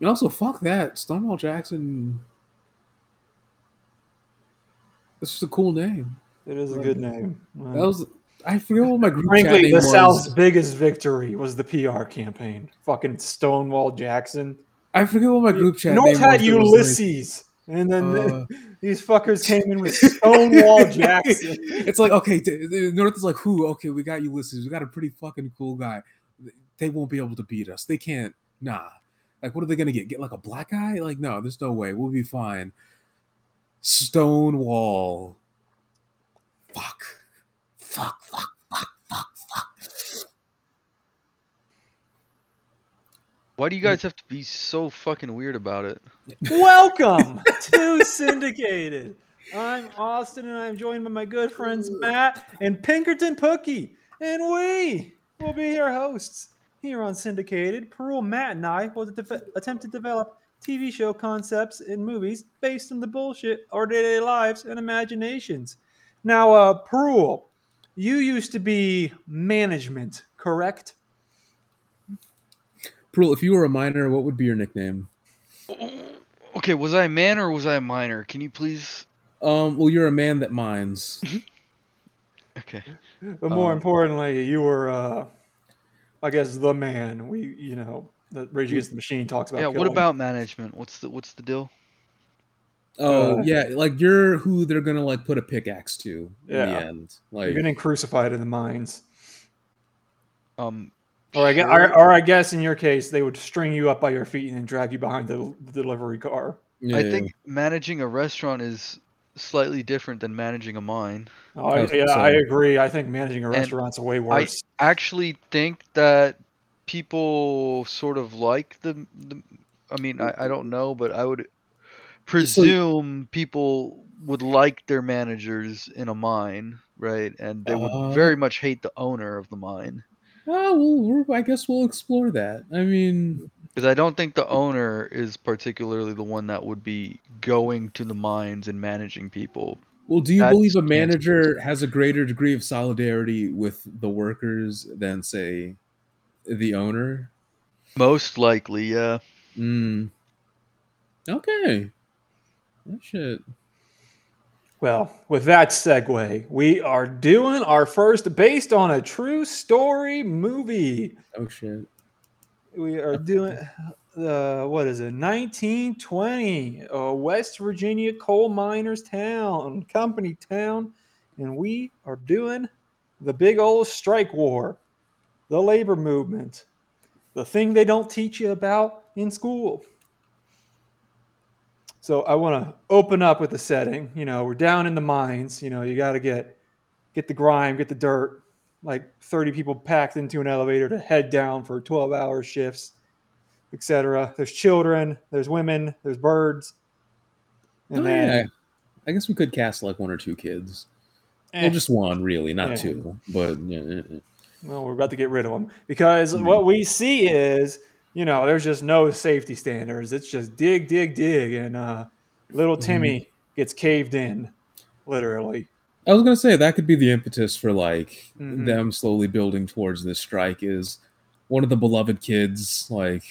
And also, fuck that. Stonewall Jackson. It's just a cool name. It is a good Um, name. That was. I forget what my group chat Frankly, name the was. South's biggest victory was the PR campaign. Fucking Stonewall Jackson. I forget what my group chat North name had was. It was Ulysses, and then Uh, these fuckers came in with Stonewall Jackson. it's like okay, t- t- North is like who? Okay, we got Ulysses. We got a pretty fucking cool guy. They won't be able to beat us. They can't. Nah. Like, what are they gonna get? Get like a black guy? Like, no, there's no way. We'll be fine. Stonewall. Fuck. Fuck. Fuck. Fuck. Fuck. Fuck. Why do you guys have to be so fucking weird about it? Welcome to Syndicated. I'm Austin, and I'm joined by my good friends Matt and Pinkerton Pookie, and we will be your hosts here on Syndicated. Perul, Matt, and I will def- attempt to develop TV show concepts and movies based on the bullshit our day-to-day lives and imaginations. Now, uh, Perul, you used to be management, correct? Prul, if you were a minor, what would be your nickname? Okay, was I a man or was I a minor? Can you please? Um, well, you're a man that mines. Okay. But more Uh, Um, importantly, you were, uh, I guess, the man. We, you know, the Rage Against the Machine talks about. Yeah. What killing. about management? What's the What's the deal? Oh Uh, yeah, like you're who they're gonna like put a pickaxe to in Yeah. the end. You're Like getting crucified in the mines, Um. or I guess, sure. or, or I guess in your case, they would string you up by your feet and then drag you behind the, the delivery car. yeah. I think managing a restaurant is slightly different than managing a mine. Oh, I, That's yeah, I insane. agree. I think managing a restaurant's way worse. I actually think that people sort of like the. the I mean, I, I don't know, but I would presume people would like their managers in a mine, right? And they would Uh, very much hate the owner of the mine. Oh, well, we're, I guess we'll explore that. I mean, Because I don't think the owner is particularly the one that would be going to the mines and managing people. well, do you That's believe a cancer. manager has a greater degree of solidarity with the workers than say the owner? Most likely, yeah. Mm. Okay. Oh, shit. Well, with that segue, we are doing our first based on a true story movie. Oh shit. we are doing uh, what is it 1920 uh, west virginia coal miners town company town and we are doing the big old strike war the labor movement the thing they don't teach you about in school so i want to open up with the setting you know we're down in the mines you know you got to get get the grime get the dirt like 30 people packed into an elevator to head down for 12 hour shifts, etc. There's children, there's women, there's birds. And Oh, yeah. then I guess we could cast like one or two kids. eh, Well, just one, really, not Yeah. two. But yeah, eh, yeah, yeah. well, we're about to get rid of them because Mm-hmm. Mhm. what we see is, you know, there's just no safety standards. It's just dig, dig, dig. And uh, little Mhm. Mm-hmm. Timmy gets caved in, literally. I was gonna say that could be the impetus for like Mhm. them slowly building towards this strike is one of the beloved kids, like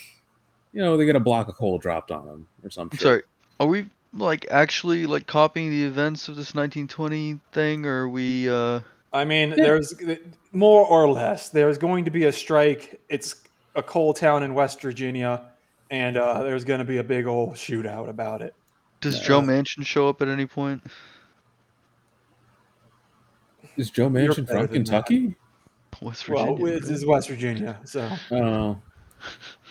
you know, they get a block of coal dropped on them or I'm something. sorry. Are we like actually like copying the events of this 1920 thing, or are we? Uh... I mean, Yeah. there's uh, more or less. There's going to be a strike. It's a coal town in West Virginia, and uh, there's going to be a big old shootout about it. Does Joe Uh, Manchin show up at any point? Is Joe You're Manchin better from than Kentucky? West Virginia. Well, this right? is West Virginia, so Oh,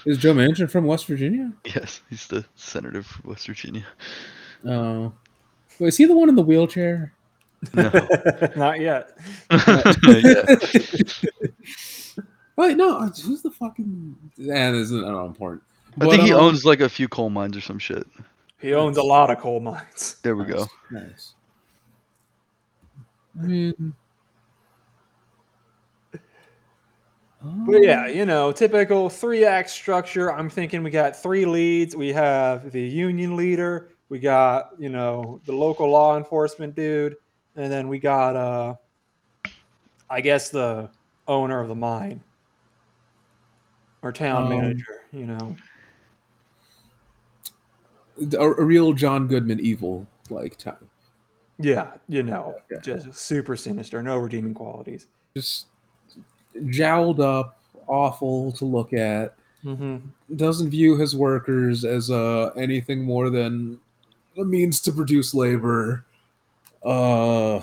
is Joe Manchin from West Virginia? Yes, he's the senator from West Virginia. Oh, wait, is he the one in the wheelchair? No. not yet. Yeah. Wait, no, uh, who's the fucking? Yeah, this is not important. I think he um, owns like a few coal mines or some shit. He owns a lot of coal mines. There we go. Nice. I mean, But yeah, you know, typical three act structure. I'm thinking we got three leads. We have the union leader, we got, you know, the local law enforcement dude, and then we got uh I guess the owner of the mine or town Um, manager, you know. a, a real John Goodman evil like type. Yeah, you know, just super sinister, no redeeming qualities. Just jowled up, awful to look at. Mm-hmm. Doesn't view his workers as uh, anything more than a means to produce labor. Uh,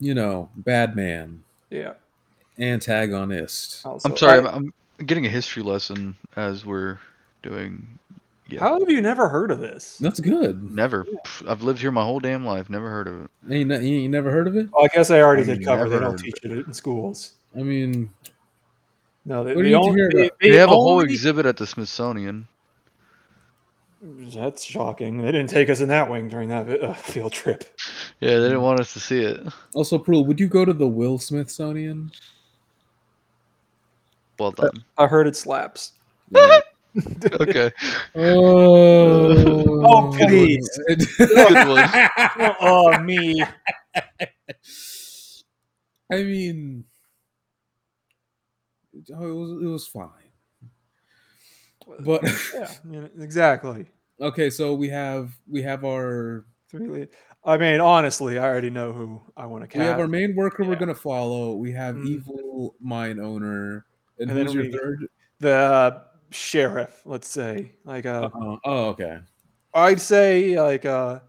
you know, bad man, Yeah. antagonist. Also, uh, I'm sorry, I- I'm, I'm getting a history lesson as we're doing. Yeah, How have you never heard of this? That's good. never. Pff, I've lived here my whole damn life. Never heard of it. Ain't, you ain't never heard of it? Well, I guess I already did I've cover. They never don't heard of teach it in schools. I mean, No, they, What do they you only. hear about- They have a whole only- exhibit at the Smithsonian. That's shocking. They didn't take us in that wing during that vi- uh, field trip. Yeah, they didn't want us to see it. also, Prue, would you go to the Will Smithsonian? Well done. I heard it slaps. Okay. Oh, Oh, please. Good one. oh, me. I mean, it oh, it was, it was fine. But Yeah, you know, exactly. okay, so we have we have our Three lead. I mean, honestly, I already know who I want to we have cast. our main worker we're Yeah. gonna follow. We have Mhm. evil mine owner, and, And then who's your we- third? the uh, sheriff, let's say. Like, uh, Uh, oh, okay. I'd say, like, uh,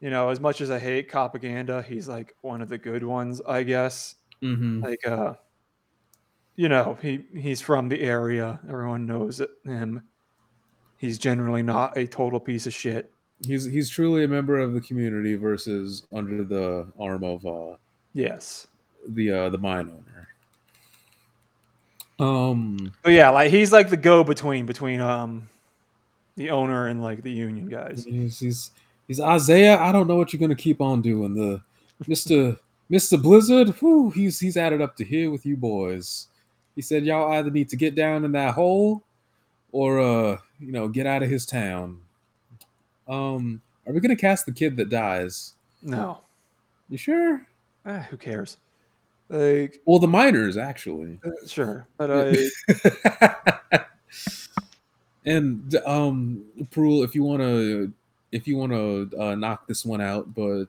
you know, as much as I hate propaganda, he's like one of the good ones, I guess. hmm Like, uh, you know, he he's from the area. Everyone knows him. He's generally not a total piece of shit. He's he's truly a member of the community versus under the arm of uh, Yes. the uh, the mine owner. Um. But yeah, like he's like the go between between um the owner and like the union guys. He's, he's he's Isaiah. I don't know what you're gonna keep on doing. The Mister Mister Blizzard. Whew, he's he's added up to here with you boys. He said y'all either need to get down in that hole, or uh, you know, get out of his town. Um, are we gonna cast the kid that dies? No. You sure? Ah, who cares? Like Well, the miners actually. uh, sure. But uh, I and um, Prul, if you wanna, if you wanna uh, knock this one out, but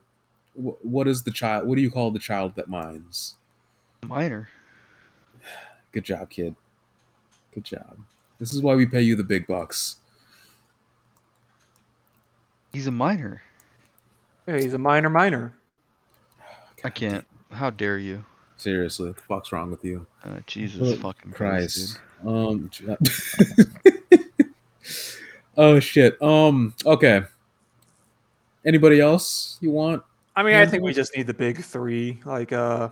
wh- what is the child? What do you call the child that mines? Minor. Good job, kid. Good job. This is why we pay you the big bucks. He's a minor. yeah, he's a minor minor. I can't. How dare you? Seriously, what the fuck's wrong with you? Uh, Jesus Oh, fucking Christ. Christ. Um. j- oh shit. Um. Okay. Anybody else you want? I mean, I Mhm. think we just need the big three. Like uh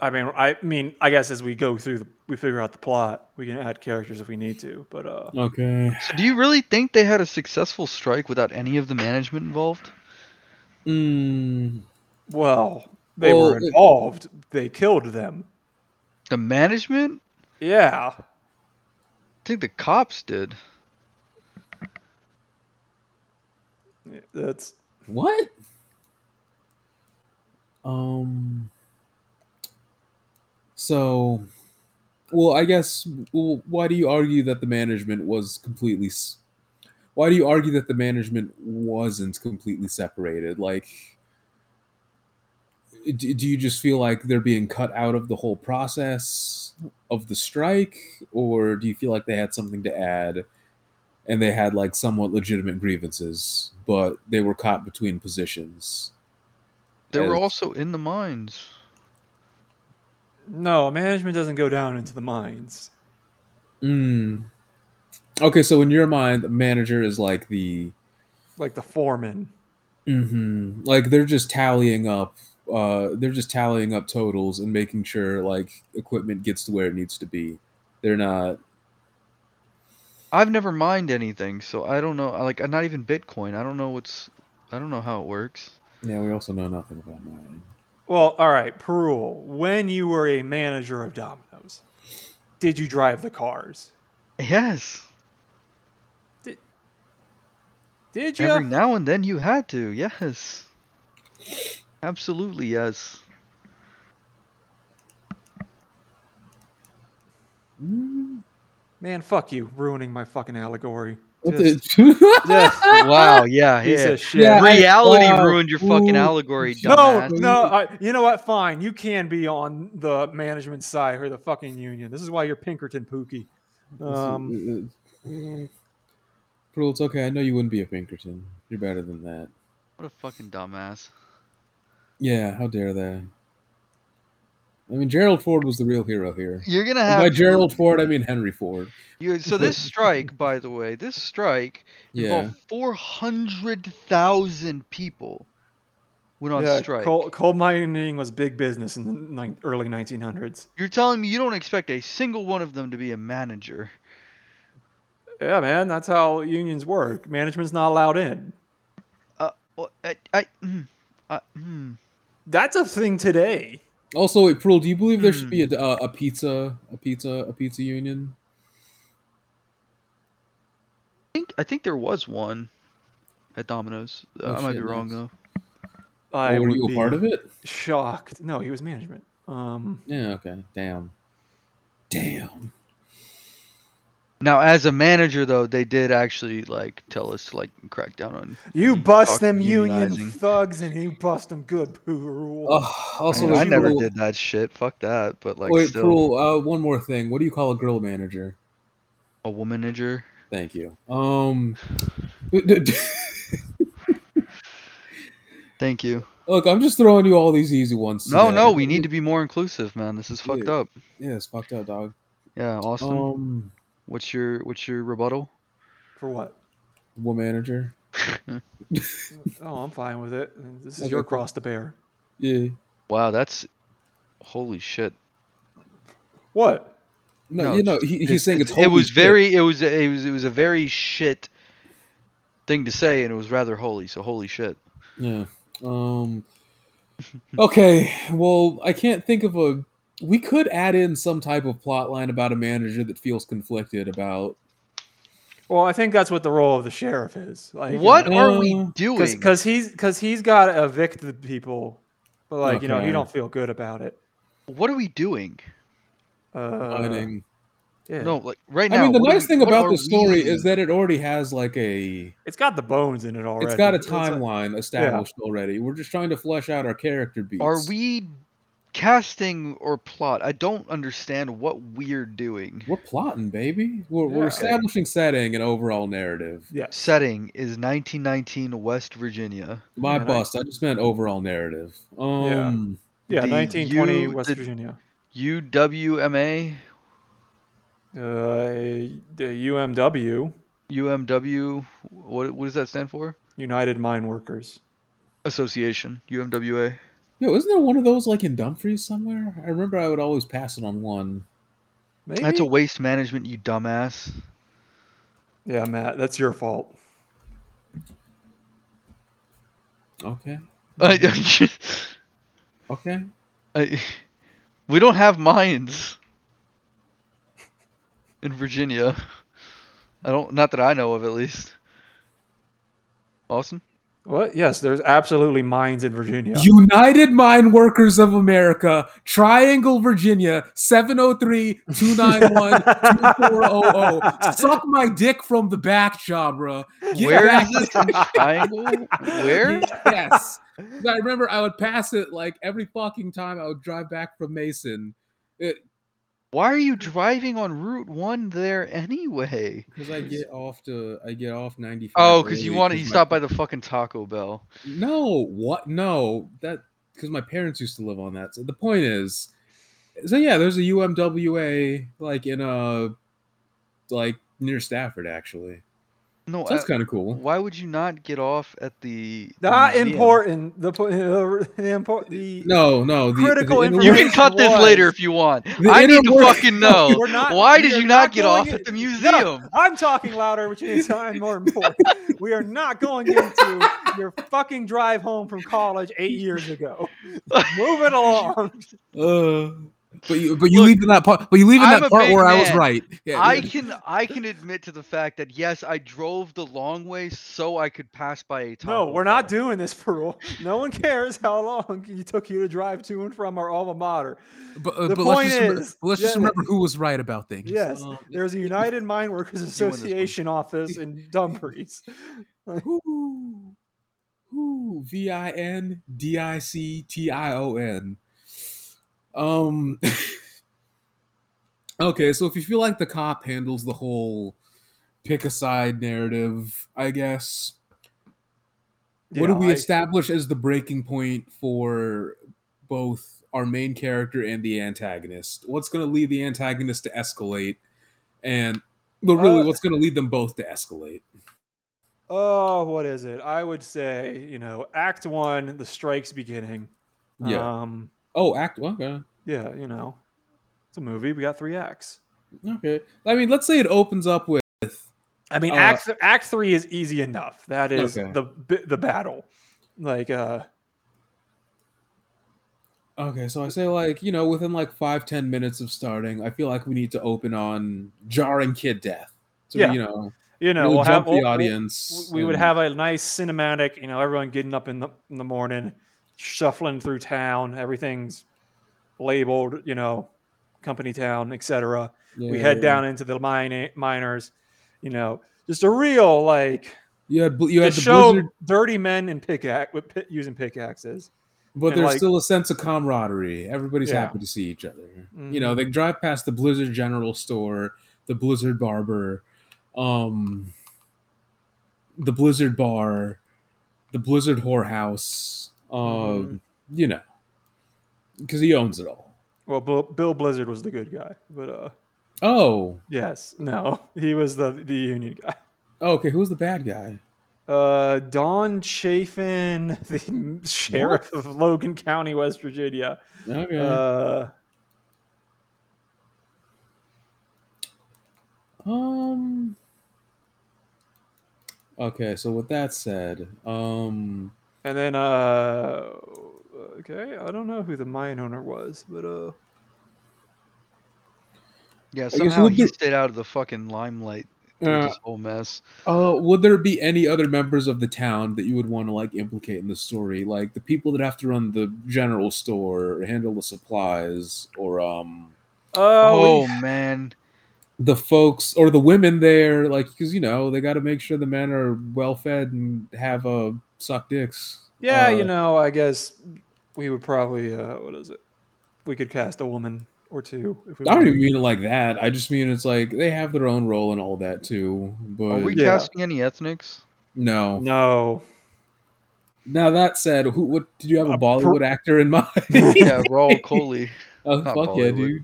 I mean I mean I guess as we go through the, we figure out the plot, we can add characters if we need to, but uh Okay. dude. So do you really think they had a successful strike without any of the management involved? Mm, well, they were Well, it- involved. They killed them. The management? Yeah. I think the cops did. That's what? Um. So, well, I guess. Well, why do you argue that the management was completely? s- Why do you argue that the management wasn't completely separated? Like, do, do you just feel like they're being cut out of the whole process of the strike, or do you feel like they had something to add? and they had like somewhat legitimate grievances, but they were caught between positions. They were Yes. also in the mines. No, management doesn't go down into the mines. Hmm. Mm. Okay, so in your mind, the manager is like the Like the foreman. Mm-hmm. hmm like they're just tallying up, uh, they're just tallying up totals and making sure like equipment gets to where it needs to be. They're not. I've never mined anything, so I don't know. I Like, not even Bitcoin. I don't know what's. I don't know how it works. Yeah, we also know nothing about mine. Well, all right, Perul, when you were a manager of Domino's, did you drive the cars? Yes. Did you? Every now and then you had to. Yes. Absolutely yes. Mm-hmm. Mm. Man, fuck you, ruining my fucking allegory. What the- Just- just wow, yeah, piece yeah. of shit. Yeah, I- Reality wow. ruined your fucking Ooh. allegory, No, No, dumbass. no. I, you know what? Fine. You can be on the management side or the fucking union. This is why you're Pinkerton Pookie. Um, mm-hmm. Um, it's okay. I know you wouldn't be a Pinkerton. You're better than that. What a fucking dumbass. Yeah, how dare they? I mean, Gerald Ford was the real hero here. You're gonna And by have Gerald Ford, I mean Henry Ford. you. So this strike, by the way, this strike Yeah. involved four hundred thousand people went on yeah, strike. coal, coal mining was big business in the nin- early 1900s. You're telling me you don't expect a single one of them to be a manager? Yeah, man. That's how unions work. Management's not allowed in. Well, I, I, mm, I, mm. That's a thing today. Oh. Also, wait, Prul, do you believe there should be Hmm. a, uh, a, a pizza, a pizza, a pizza union? I think I think there was one at Domino's. Uh, Oh, I might shit, be wrong nice. though. I or Oh, were would you a be part of it? shocked. No, he was management. Um, Yeah. Okay. Damn. Damn. Now, as a manager though, they did actually like tell us to, like crack down on. you bust Fuck them union unionizing. thugs and you bust them good. Poo. Ugh, also, I, mean, I Prul- never did that shit. Fuck that. But like, wait, still, Prul, uh, one more thing. What do you call a grill manager? a womanager. Thank you. Um, Thank you. look, I'm just throwing you all these easy ones. No, today. no, we need to be more inclusive, man. This is fucked Yeah. up. Yeah, it's fucked up, dog. Yeah, Austin. Um, what's your what's your rebuttal? For what? what manager? Oh, I'm fine with it. This is Okay, your cool. cross to bear. Yeah. Wow, that's holy shit. What? No, No, you know, it's- he, he's saying it's. it holy was shit. very it was it was it was a very shit thing to say, and it was rather holy. So holy shit. Yeah. Um. Okay. Well, I can't think of a. We could add in some type of plot line about a manager that feels conflicted about. Well, I think that's what the role of the sheriff is. Like, What are we uh, doing? Because he's because he's got to evict the people, but like you know Okay. he don't feel good about it. what are we doing? Uh, planning. yeah. No, like right I now. mean, the what are nice we- thing what about are this story we- is that it already has like a. it's got the bones in it already. It's got a It's like- timeline established already. We're just trying to flesh out our character beats. are we casting or plot? I don't understand what we're doing. We're plotting, baby. We're, Yeah. we're establishing setting and overall narrative. yeah. Setting is 1919 West Virginia. My Yeah, and I- bust. I just meant overall narrative. Um, Yeah, The 1920 U- West the- Virginia. UWMA, Uh, the UMW, UMW, what what does that stand for? United Mine Workers. Association, UMWA. yo, isn't there one of those like in Dumfries somewhere? I remember I would always pass it on one. Maybe? That's a waste management, you dumbass. yeah, Matt, that's your fault. Okay, I, okay. I- we don't have mines in Virginia. I don't, not that I know of, at least. Awesome. What? Yes, there's absolutely mines in Virginia. United Mine Workers of America, Triangle, Virginia, 703-291-2400. Suck my dick from the back, genre. Get Where back is this in triangle? Where? yes. 'Cause I remember I would pass it like every fucking time I would drive back from Mason. Why are you driving on Route One there anyway? Because I get off to I get off ninety five. Oh, because you want to, you stopped by the fucking Taco Bell. No, what? No, that because my parents used to live on that. So the point is, so yeah, there's a UMWA like in a like near Stafford actually. No, So that's I- kind of cool. why would you not get off at the the Not museum? important. The, po- the, the, import, the No, no, the, Critical the inner You work- can information cut this was- later if you want. The I inner need to work- fucking know. We're not- Why we did are you not get going off in- at the No, museum? I'm talking louder, which means I'm more important. we are not going into your fucking drive home from college eight years ago. Move it along. Uh, But you, but you Look, leave in that part. But you leave in I'm that a part big where I was man. right. Yeah, I yeah. can I can admit to the fact that yes, I drove the long way so I could pass by a Taco No, we're not Bell. doing this, Parole. No one cares how long it took you to drive to and from our alma mater. But, uh, the but let's, point just, remember- is- but let's just yeah. remember who was right about things. Yes, Um, there's a United Mine Workers doing this one. Association office in Dumfries. Ooh, ooh, V I N D I C T I O N. Um. okay, so if you feel like the cop handles the whole pick a side narrative, I guess. what do Yeah, we I- establish as the breaking point for both our main character and the antagonist? What's going to lead the antagonist to escalate, and but really, Uh, what's going to lead them both to escalate? Oh, what is it? I would say, you know, Act One, the strike's beginning. Yeah. Um, Oh, act okay. yeah, you know, it's a movie. We got three acts. Okay. I mean, let's say it opens up with I mean, Uh, act th- act three is easy enough. That is Okay. the bi- the battle. Like, uh, okay, so I say like you know within like five ten minutes of starting, I feel like we need to open on jarring kid death. So Yeah. you know, you know, really we'll have jump we'll- the we'll- audience. we would and- have a nice cinematic. You know, everyone getting up in the in the morning, shuffling through town. Everything's labeled. You know, company town, etc. we Yeah, head yeah. down into the mine miners, you know, just a real like You had bl- you had to the show blizzard, dirty men in pickaxe with pi- using pickaxes. but and, there's like- still a sense of camaraderie. Everybody's Yeah. Mm-hmm. happy to see each other. You know, they drive past the Blizzard General Store, the Blizzard Barber, um, the Blizzard Bar, the Blizzard Whorehouse. Um, Mhm. you know, because he owns it all. Well, Bill, Bill Blizzard was the good guy, but uh, Oh, yes, no, he was the the union guy. okay. Who's the bad guy? Uh, Don Chafin, the sheriff of Logan County, West Virginia. Okay. Uh, um. Okay, so with that said, um, and then uh, okay, I don't know who the mine owner was, but uh, Yeah, guess somehow we'll he do- stayed out of the fucking limelight through uh, this whole mess. Uh, would there be any other members of the town that you would want to like implicate in the story, like the people that have to run the general store, or handle the supplies, or um oh, Oh, we- man, the folks or the women there, like because you know they got to make sure the men are well fed and have uh, suck dicks. Yeah, Uh, you know, I guess we would probably uh what is it? We could cast a woman or two if I we don't wanted. even mean it like that. I just mean it's like they have their own role and all that too. But are we Yeah. casting any ethnics? no. No. Now that said, who? What did you have a, A per- Bollywood actor in mind? yeah, Raul Coley, oh, not fuck yeah, Bollywood. dude.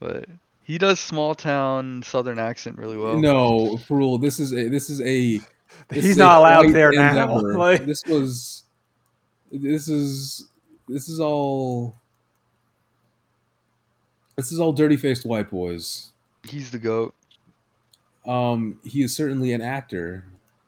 but he does small town southern accent really well. No, Perul, this is a this is a this He's is not a allowed white there now. endeavor. Like, this was this is this is all this is all dirty faced white boys. he's the goat. Um he is certainly an actor.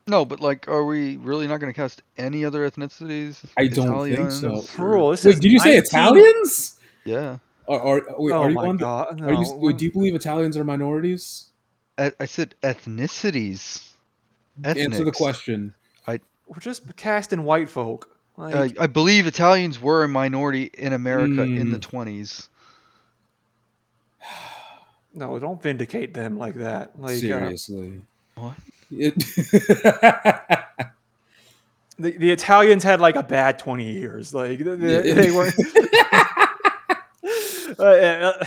No, but like, are we really not going to cast any other ethnicities? I don't think so. Italians or- Rule, this Wait, is did you say 19 Italians? Yeah, Are, are, wait, oh are you my on the, god. No. are you wait, do you believe Italians are minorities? I, E, I said ethnicities. Answer the Ethnics. question. We're just casting white folk. Like, I, I believe Italians were a minority in America in Hmm. the 20s. no, don't vindicate them like that. Like uh, Seriously. What? It- the, the Italians had like a bad 20 years. Like they, they, Yeah. they were Uh, uh,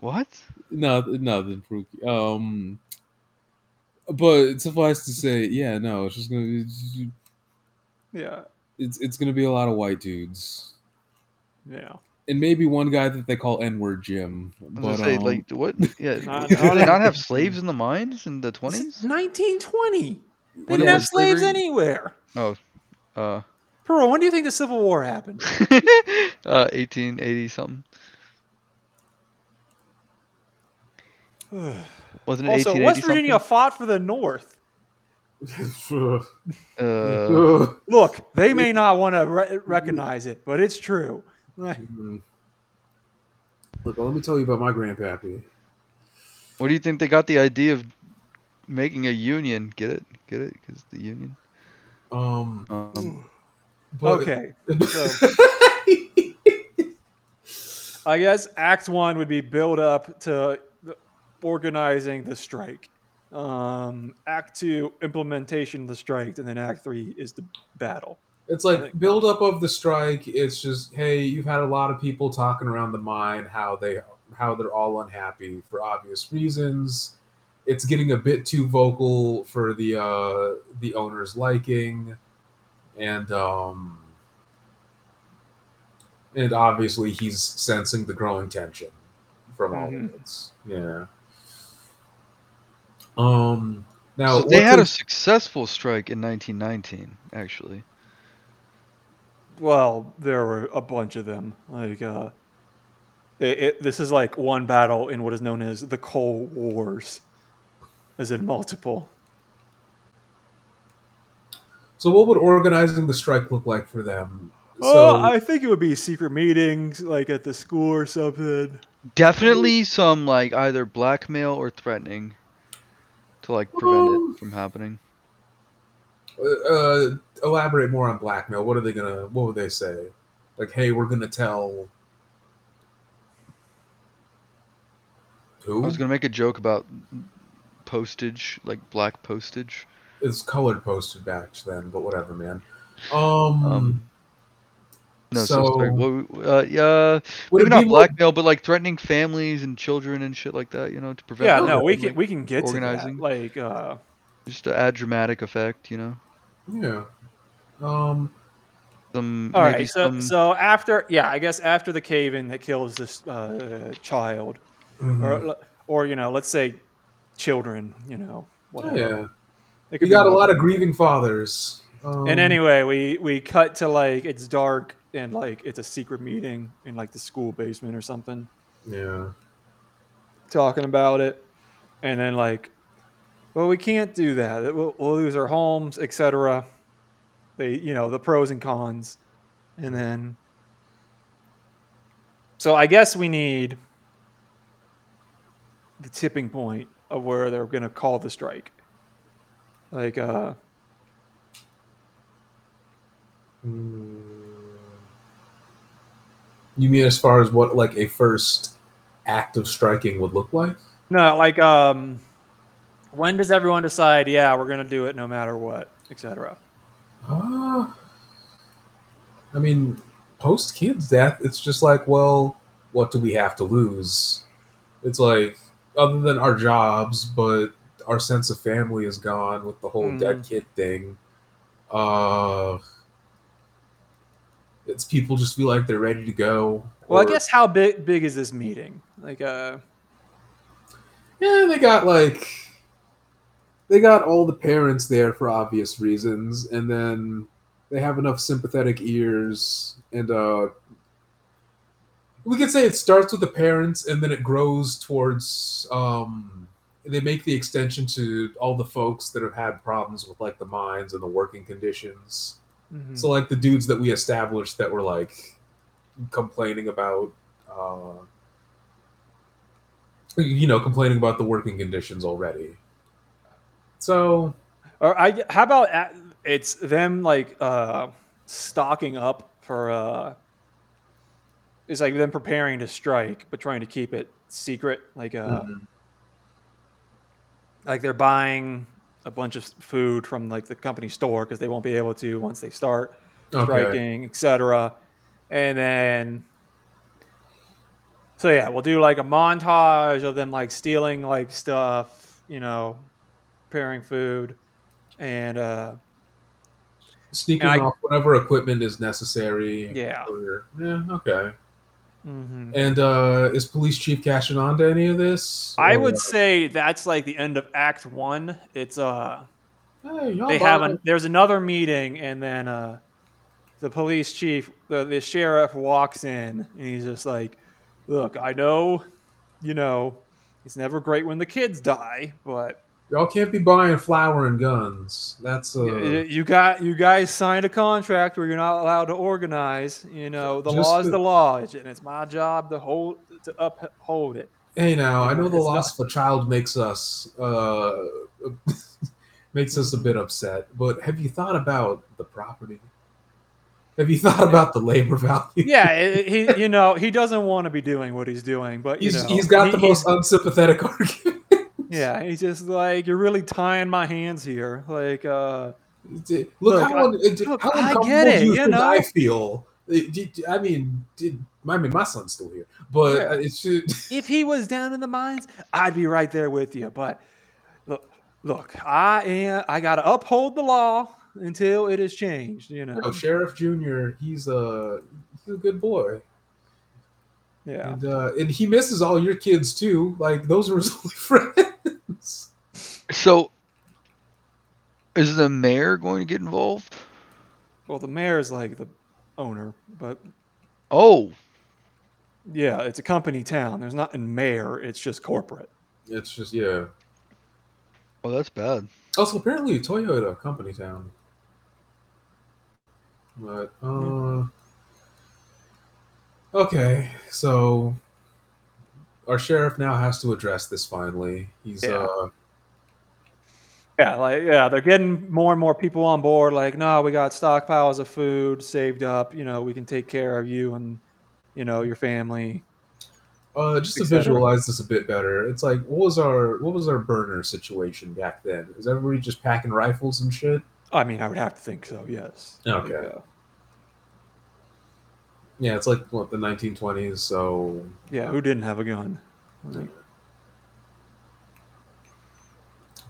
What? No, th- no, then Faruqi. Um, but suffice to say, yeah, no, it's just gonna be, yeah. it's it's gonna be a lot of white dudes, Yeah. and maybe one guy that they call N word Jim. I was But gonna say, um, like, what? Yeah, Not- did they not- not have slaves in the mines in the 20s? 1920. They When didn't it have was slaves slavery? anywhere. Uh, Pearl, when do you think the Civil War happened? uh, 1880 something. Wasn't it also, 1880 West Virginia something? fought for the North. Uh, Look, they may not want to re- recognize it, but it's true. Like, Look, let me tell you about my grandpappy. What do you think they got the idea of making a union? Get it? Get it? Because the union. Um, Um, but- okay. So I guess Act One would be build up to the- organizing the strike. Um, act Two, implementation of the strike, and then Act Three is the battle. it's like build up of the strike. It's just hey, you've had a lot of people talking around the mine how they how they're all unhappy for obvious reasons. It's getting a bit too vocal for the uh, the owner's liking, and um, and obviously he's sensing the growing tension from all of Mhm. this. Yeah. Um. Now so they what's had in- a successful strike in 1919, actually. Well, there were a bunch of them. Like, uh, it, it, this is like one battle in what is known as the Cold Wars, as in multiple. So what would organizing the strike look like for them? oh, I think it would be secret meetings, like at the school or something. Definitely some like either blackmail or threatening to like prevent Um, it from happening. uh, uh, elaborate more on blackmail. What are they gonna? What would they say? Like, hey, we're gonna tell I who was gonna make a joke about postage, like black postage. it's colored posted batch then, but whatever, man. Um, Um, No, so, sorry. So- What, uh, yeah, would maybe it not be like- blackmail, but like threatening families and children and shit like that. You know, to prevent. Yeah, them no, from, we can like, we can get organizing. to that. Like, uh, just to add dramatic effect. You know, yeah. Um, some all maybe right. So some so after, yeah, I guess after the cave-in that kills this uh, child, mhm. or or you know, let's say children, you know, whatever. yeah, It could you be got a more lot than- of grieving fathers. Um, And anyway, we we cut to like it's dark and like it's a secret meeting in like the school basement or something yeah, talking about it, and then like, well, we can't do that. It- We'll, we'll lose our homes, etc. They, you know, the pros and cons, and then. So I guess we need the tipping point of where they're going to call the strike. Like, uh, Mm. You mean as far as what like a first act of striking would look like? No, like um when does everyone decide, yeah, we're gonna do it no matter what, etc. Uh, I mean, post kid's death, it's just like, well, what do we have to lose? It's like, other than our jobs, but our sense of family is gone with the whole Mm. dead kid thing. Uh, it's people just feel like they're ready to go. Well, I or- guess how big big is this meeting? Like uh Yeah, they got like they got all the parents there for obvious reasons, and then they have enough sympathetic ears and uh we could say it starts with the parents and then it grows towards um they make the extension to all the folks that have had problems with like the mines and the working conditions. mhm. So like the dudes that we established that were like complaining about, uh, you know, complaining about the working conditions already. So or I how about at, it's them like uh stocking up for uh it's like them preparing to strike but trying to keep it secret like uh mm, Mm-hmm. like they're buying a bunch of food from like the company store because they won't be able to once they start okay, striking, etc. And then, so yeah, we'll do like a montage of them like stealing like stuff, you know, preparing food, and uh, sneaking I- off whatever equipment is necessary. yeah, Or- yeah, okay. hmm And uh, is Police Chief cashing on to any of this? I Or- would say that's like the end of Act One. It's uh, Hey, y'all they bought have it. an, there's another meeting, and then uh, the police chief, the, the sheriff walks in, and he's just like, "Look, I know, you know, it's never great when the kids die, but Y'all can't be buying flour and guns. That's uh, Y- you got you guys signed a contract where you're not allowed to organize. You know the Just law is the- the law, and it's my job to hold to uphold it. hey now. I know the It's loss of a child makes us uh, makes us a bit upset, but have you thought about the property? Have you thought about the labor value? Yeah, it, he you know he doesn't want to be doing what he's doing, but you He's, know he's got he- the he's- most unsympathetic argument. Yeah, he's just like you're really tying my hands here. Like, uh, Look, Look, how, un- look, how I uncomfortable get it, do you you think know? I feel? Uh, do- do- I mean, did, I mean, my son's still here, but Yeah. uh, it's just, if he was down in the mines, I'd be right there with you. But look, look, I am. I gotta uphold the law until it is changed. You know. you know, Sheriff Junior. He's a he's a good boy, Yeah. and uh, and he misses all your kids too. Like those were his only friends. So, is the mayor going to get involved? Well, the mayor's like the owner, but Oh, yeah, it's a company town. There's not a mayor. It's just corporate. It's just yeah. well, oh, that's bad. Also, apparently Toyota company town. But uh, okay, so our sheriff now has to address this. Finally, he's Yeah. uh, Yeah, like yeah, they're getting more and more people on board. Like, no, we got stockpiles of food saved up. You know, we can take care of you and you know your family. uh just to Et cetera. visualize this a bit better. It's like what was our what was our burner situation back then? Is everybody just packing rifles and shit? I mean, I would have to think so. Yes. Okay. Yeah. Yeah, it's like what the 1920s. So Yeah, Who didn't have a gun? Like,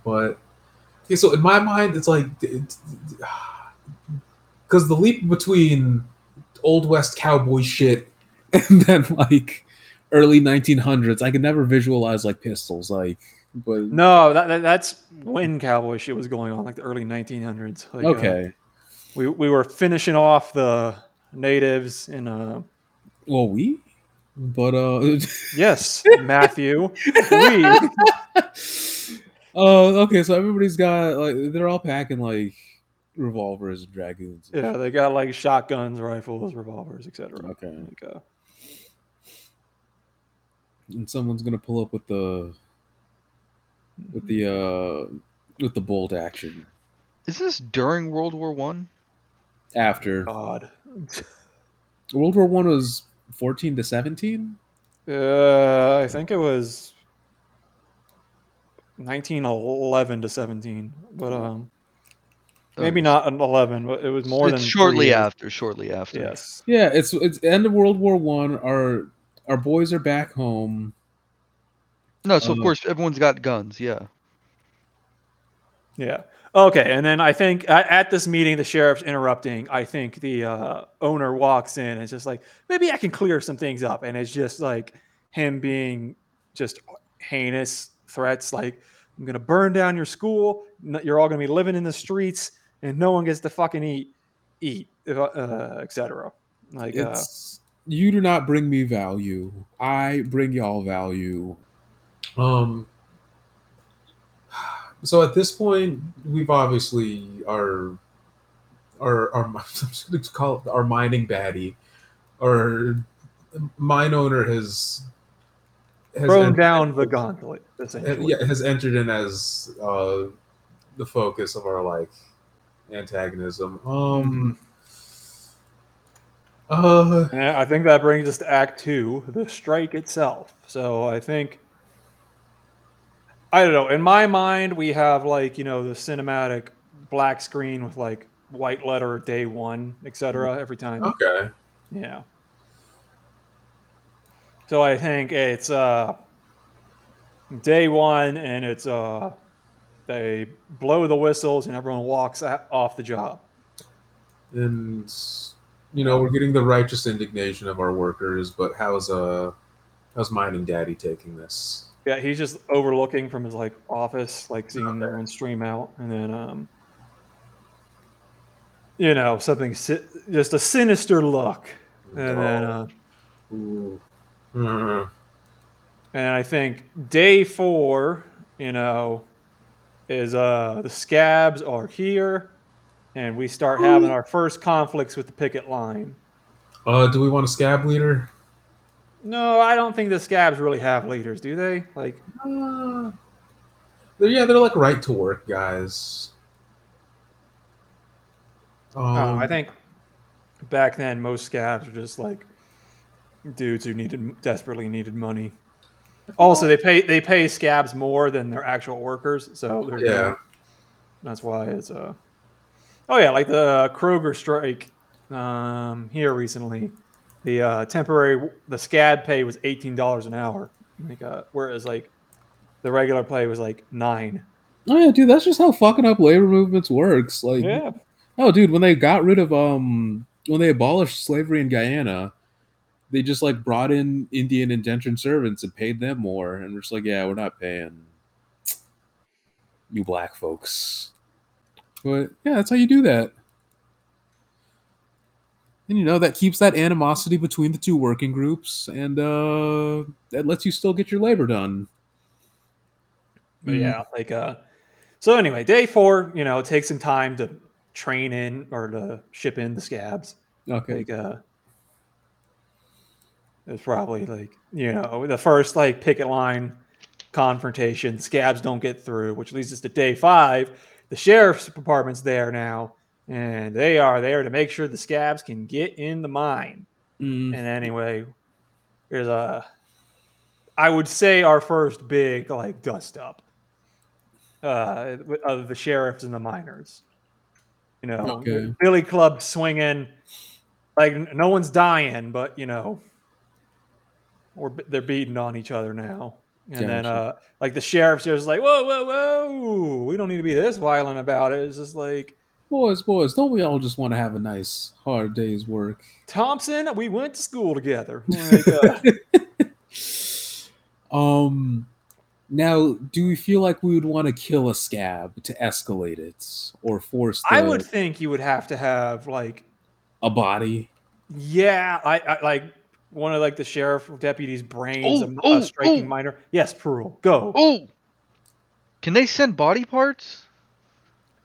But okay, so in my mind, it's like because the leap between old west cowboy shit and then like early 1900s, I could never visualize like pistols, like. But no, that, that, that's when cowboy shit was going on, like the early 1900s. Like, uh, okay, we we were finishing off the natives in uh well we, but uh, yes, Matthew. We uh, okay, so everybody's got like they're all packing like revolvers and dragoons. yeah, they got like shotguns, rifles, revolvers, etc. Okay. Like, uh, and someone's gonna pull up with the with the uh with the bolt action Is this during World War One? after God. World War One was fourteen to seventeen. Uh, I think it was 1911 to 17, but um, maybe not an 11, but it was more it's than three shortly years. after. Shortly after. Yes. Yeah, it's it's the end of World War One. Our our boys are back home. No. So Um, of course everyone's got guns. Yeah. Yeah. Okay. And then I think at, at this meeting, the sheriff's interrupting. I think the uh, owner walks in and it's just like, maybe I can clear some things up. And it's just like him being just heinous threats like, I'm going to burn down your school. n- You're all going to be living in the streets and no one gets to fucking eat, eat, uh, uh, et cetera. Like, uh, It's you do not bring me value. I bring y'all value. Um. So at this point, we've obviously our our our I'm just gonna call it our mining baddie, our mine owner has has thrown entered- down the gauntlet. uh, essentially. yeah, has entered in as uh, the focus of our like antagonism. Um, uh, And I think that brings us to Act Two, the strike itself. So I think, I don't know. In my mind, we have like you know the cinematic black screen with like white letter day one, etc. Every time, okay, yeah. So I think it's uh day one, and it's uh they blow the whistles, and everyone walks o- off the job. and you know we're getting the righteous indignation of our workers, but how's uh how's mining daddy taking this? Yeah, he's just overlooking from his like office, like seeing Okay. everyone stream out, and then um, you know, something si- just a sinister look, and then Oh. uh, Ooh. Mm. and I think day four, you know, is uh the scabs are here, and we start having our first conflicts with the picket line. Uh, do we want a scab leader? No, I don't think the scabs really have leaders, do they? Like, Uh, they're, yeah, they're like right to work guys. Um, oh, I think back then most scabs were just like dudes who needed desperately needed money. Also, they pay they pay scabs more than their actual workers, so they're Yeah. that's why it's uh oh yeah, like the Kroger strike um here recently. The uh, temporary the scab pay was eighteen dollars an hour, like uh, whereas like the regular pay was like nine. Oh, yeah, dude, that's just how fucking up labor movements works. Like, Yeah, oh, dude, when they got rid of um, when they abolished slavery in Guyana, they just like brought in Indian indentured servants and paid them more, and we're just like, yeah, we're not paying you black folks. But yeah, that's how you do that. And you know that keeps that animosity between the two working groups, and uh, that lets you still get your labor done. But Mhm. yeah, like uh so anyway, day four, you know, it takes some time to train in or to ship in the scabs. Okay. Like uh it's probably like, you know, the first like picket line confrontation, scabs don't get through, which leads us to day five. The sheriff's department's there now, and they are there to make sure the scabs can get in the mine. Mm. And anyway, there's a, uh, I would say our first big like dust up, uh, w- of the sheriffs and the miners. You know, Okay. Billy Club swinging, like n- no one's dying, but you know, we're b- they're beating on each other now. And then, Gotcha. uh, like the sheriff's just like, whoa, whoa, whoa, we don't need to be this violent about it. It's just like, Boys, boys, don't we all just want to have a nice, hard day's work? Thompson, we went to school together. Like, uh, Um, now, do we feel like we would want to kill a scab to escalate it, or force the, I would think you would have to have like a body? Yeah, I, I like one of like the sheriff or deputy's brains, Oh, a, m- a oh, striking oh. minor. Yes, Peru, go. Oh, can they send body parts?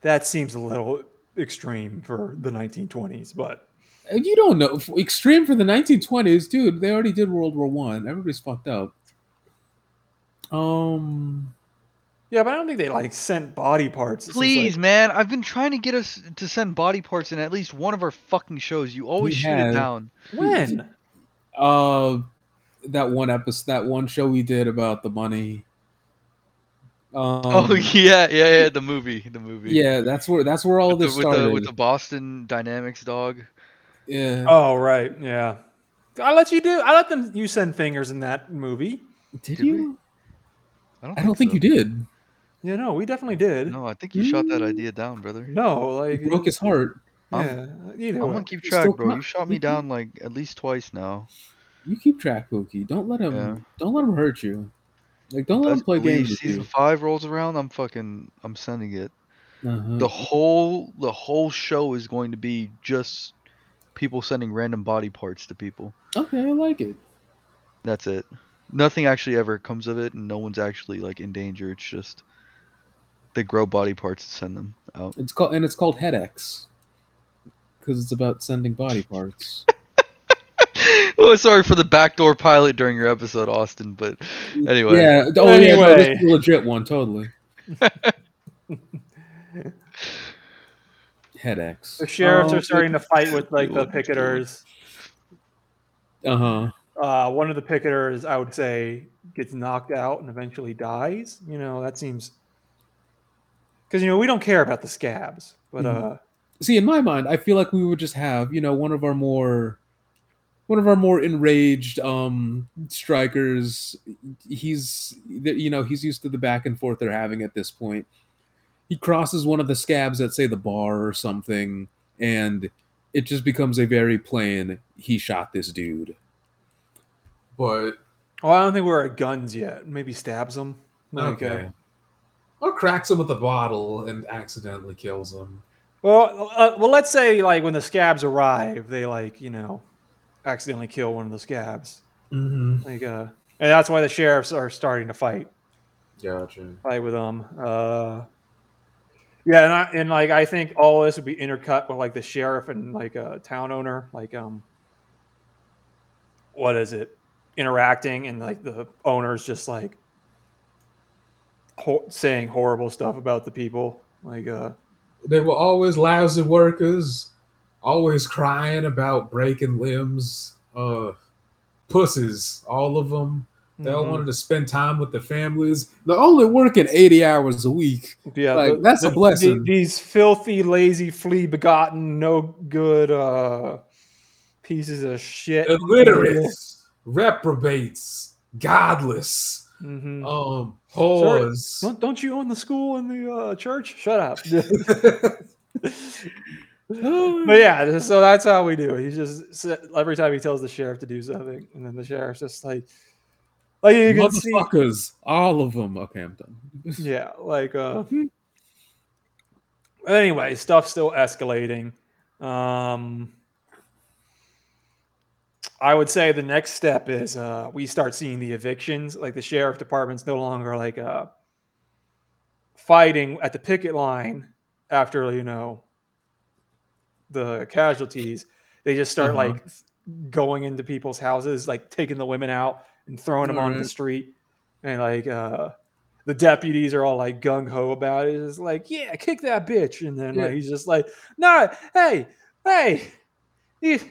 That seems a little extreme for the 1920s, but Uh, You don't know. F- Extreme for the 1920s, dude. They already did World War One. Everybody's fucked up. Um, yeah, but I don't think they like sent body parts. It's just like- Please, man. I've been trying to get us to send body parts in at least one of our fucking shows. You always shoot have. it down. when? uh, that one episode, that one show we did about the money. Um, oh yeah, yeah, yeah. The movie, the movie. yeah, that's where that's where all With the- this with, started. the, with the Boston Dynamics dog. yeah. Oh right, yeah. I let you do. I let them. You send fingers in that movie. Did, Did we? you? I don't so. think you did. Yeah, no, we definitely did. No, I think you shot that Mm. idea down, brother. No, You like broke his heart. yeah, either I'm way. gonna keep It's still track, bro. not- You shot me you- down like at least twice now. You keep track, Pookie. Don't let him. Yeah. Don't let him hurt you. Like, don't let him Best play believe games with season you. five rolls around. I'm fucking. I'm sending it. Uh-huh. The whole the whole show is going to be just people sending random body parts to people. Okay, I like it. That's it. Nothing actually ever comes of it, and no one's actually like in danger. It's just they grow body parts and send them out. It's called and it's called headaches because it's about sending body parts. oh, sorry for the backdoor pilot during your episode, Austin. But anyway, Yeah. Oh, yeah. No, this is Anyway. a legit one. Totally. headaches. The Oh, sheriffs are starting to fight with like the picketers. Uh huh. uh, one of the picketers, I would say, gets knocked out and eventually dies. You know, that seems because you know we don't care about the scabs, but Mhm. uh, see in my mind i feel like we would just have you know one of our more one of our more enraged um strikers he's that- you know he's used to the back and forth they're having at this point he crosses one of the scabs at say the bar or something and it just becomes a very plain he shot this dude but well, I don't think we're at guns yet. Maybe stabs him. Like, uh, or cracks him with a bottle and accidentally kills him well, uh, well, let's say like when the scabs arrive, they like you know accidentally kill one of the scabs. mm-hmm. Like, uh, and that's why the sheriffs are starting to fight. gotcha fight with them. Uh, Yeah, and I, and like I think all this would be intercut with like the sheriff and like a town owner, like um, what is it, interacting and like the owner's just like ho- saying horrible stuff about the people, like uh, They were always lousy workers, always crying about breaking limbs, uh, pussies, all of them. They all mhm. wanted to spend time with their families. They're only working 80 hours a week. Mm-hmm. yeah, like, that's a blessing. these filthy, lazy, flea begotten, no good uh pieces of shit. Illiterate, reprobates, godless, Mhm. um, whores. Don't, don't you own the school and the uh, church? Shut up. but yeah, th- so that's how we do it. He's just s- every time he tells the sheriff to do something, and then the sheriff's just like, like you can see, Motherfuckers, all of them. Okay, I'm done. yeah, like uh. But anyway, stuff's still escalating. Um, I would say the next step is uh, we start seeing the evictions. Like the sheriff department's no longer like uh, fighting at the picket line after you know the casualties. They just start Uh-huh. like going into people's houses, like taking the women out and throwing them on the Alright. street, and like uh, the deputies are all like gung ho about it. It's like, yeah, kick that bitch, and then Yeah. like he's just like, no, hey, hey, if-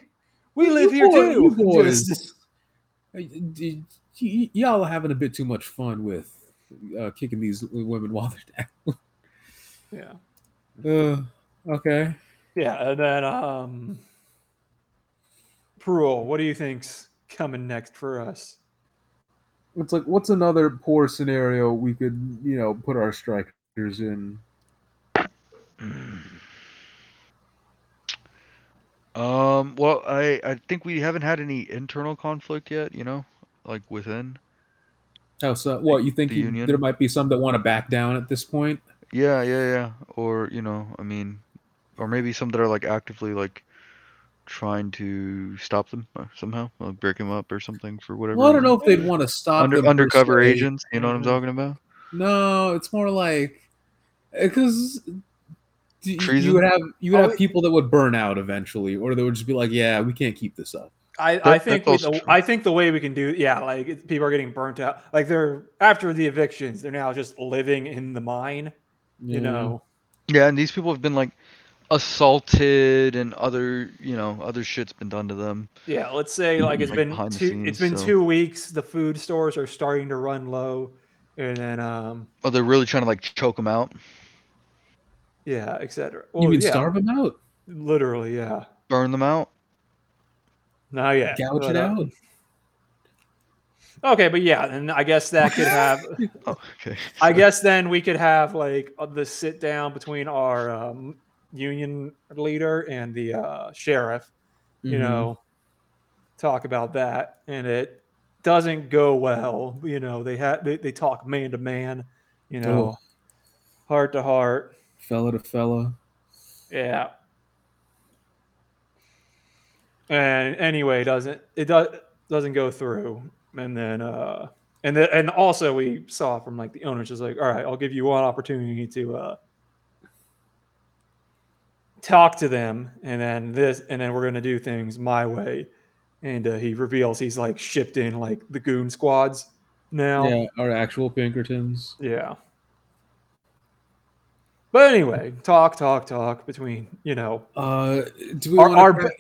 we live here boy- too. you boys. Just- Y- y- y- y'all are having a bit too much fun with uh, kicking these women while they're yeah, down. Uh, okay. yeah, and then um, Pearl, what do you think's coming next for us? It's like, what's another poor scenario we could, you know, put our strikers in? Um. Well, I I think we haven't had any internal conflict yet. You know, like within. Oh, so what you think The you- union? there might be some that want to back down at this point? Yeah, yeah, yeah. Or you know, I mean, or maybe some that are like actively like trying to stop them uh, somehow, like break them up or something for whatever. Well, I don't reason. know if they'd want to stop Under them per undercover se. agents. You know what I'm Mhm. talking about? No, it's more like because you Treason? would have you would Oh, have it- people that would burn out eventually, or they would just be like, "Yeah, we can't keep this up." I, I That- think that we, goes the, tr- I think the way we can do yeah like it- people are getting burnt out like they're after the evictions they're now just living in the mine Mm-hmm. you know Yeah, and these people have been like assaulted and other you know other shit's been done to them. yeah let's say like it's Like been behind the two it's scenes, been so- two weeks the food stores are starting to run low and then um Oh, they're really trying to like choke them out, yeah etc you mean yeah, starve them out, literally yeah burn them out. not yet gouge it but, uh, out? okay but yeah and I guess that could have Oh, okay. I guess then we could have like uh, the sit down between our um, union leader and the uh, sheriff you Mhm. know, talk about that, and it doesn't go well. You know, they had they, they talk man to man, you know, heart to heart. Mm-hmm. fella to fella. Yeah. And anyway, it doesn't it does doesn't go through, and then uh, and then and also we saw from like the owners just like, all right, I'll give you one opportunity to uh talk to them, and then this, and then we're gonna do things my way. And uh, he reveals he's like shipped in like the goon squads now. Yeah, our actual Pinkertons. Yeah. But anyway, talk, talk, talk between, you know, Uh, do we our, wanna our, cra-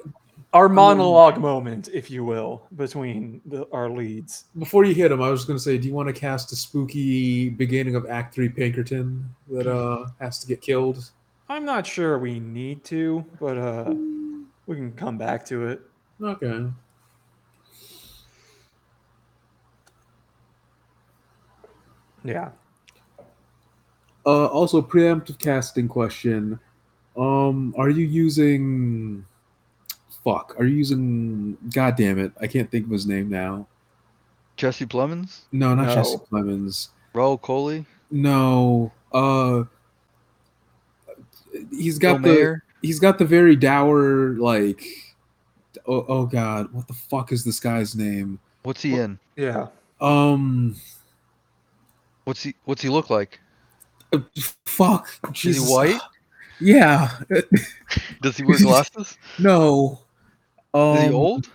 our monologue moment, if you will, between the, our leads. Before you hit him, I was going to say, do you want to cast a spooky beginning of Act Three Pinkerton that uh has to get killed? I'm not sure we need to, but uh, we can come back to it. Okay. Yeah. Uh, also, preemptive casting question. Um, are you using? Fuck. Are you using? God damn it! I can't think of his name now. Jesse Plemons, No, not No. Jesse Plemons. Raul Coley, No. Uh, he's Bill got the Mayer. he's got the very dour like. Oh, oh God! What the fuck is this guy's name? What's he in? Yeah. Um, What's he What's he look like? Fuck. Is he Jesus. white? Yeah. Does he wear glasses? No. Um, Is he old?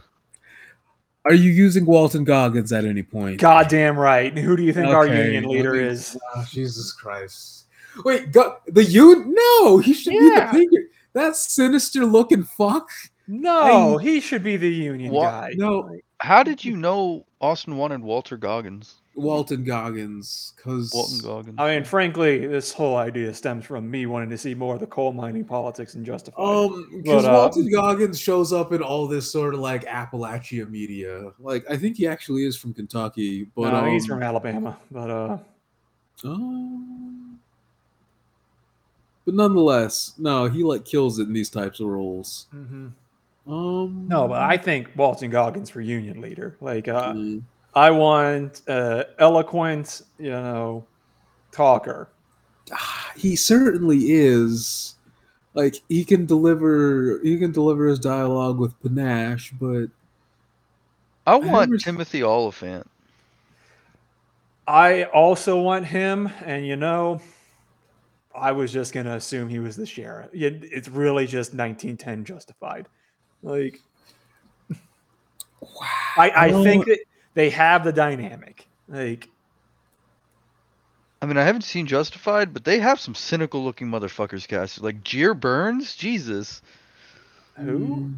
Are you using Walton Goggins at any point? Goddamn right. Who do you think our Okay, union leader let me- Ah, is? Oh, Jesus Christ. Wait, go- the you? No, he should Yeah. be the finger. That sinister looking fuck. No, he should be the union Wa- guy. No. How did you know Austin wanted Walter Goggins? Walton Goggins, because Walton Goggins. I mean, frankly, this whole idea stems from me wanting to see more of the coal mining politics and justify. um, because But, uh, Walton Goggins shows up in all this sort of like Appalachia media. Like, I think he actually is from Kentucky, but no, um, he's from Alabama, but uh, Um, but nonetheless, no, he like kills it in these types of roles. Um, no, but I think Walton Goggins for union leader. Like, uh, Mm. I want uh, eloquent, you know, talker. Ah, he certainly is. Like he can deliver, he can deliver his dialogue with panache, but I I want never- Timothy Oliphant. I also want him, and you know, I was just gonna assume he was the sheriff. Yeah, It's really just 1910 justified. Like, wow, I, I don't- think that they have the dynamic. Like, I mean, I haven't seen Justified, but they have some cynical looking motherfuckers cast. Like Jeer Burns? Jesus. Mm. who?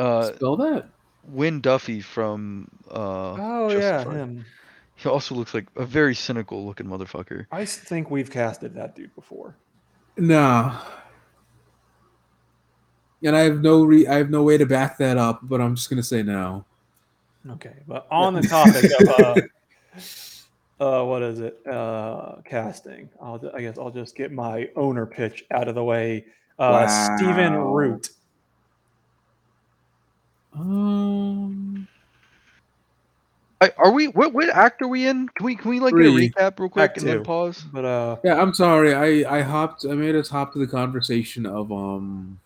Uh, hmm, spell that? Win Duffy from. Uh, Oh Justified. yeah, him. he also looks like a very cynical looking motherfucker. I s- think we've casted that dude before. Nah. And I have no re- I have no way to back that up, but I'm just gonna say no. Okay, but on the topic of uh, uh, what is it? Uh, casting. I'll, ju- I guess I'll just get my owner pitch out of the way. Uh, Stephen Wow. Root. Um, I, are we. What, what act are we in? Can we, can we like Three. get a recap real quick Act and then two. pause? But uh, yeah, I'm sorry. I I hopped. I made us hop to the conversation of um.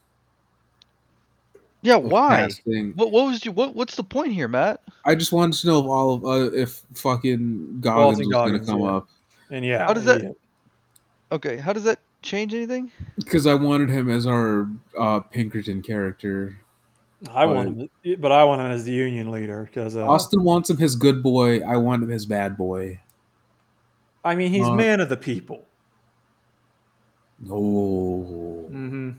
Yeah, of why? casting. What, what was you? What, what's the point here, Matt? I just wanted to know if all of uh, if fucking Goggins Walton was Goggins, gonna come yeah. up and yeah, How does that- yeah. Okay, how does that change anything? because I wanted him as our uh Pinkerton character. I want him, but I want him as the union leader because uh, Austin wants him his good boy. I want him his bad boy. I mean he's Uh, man of the people. No, hmm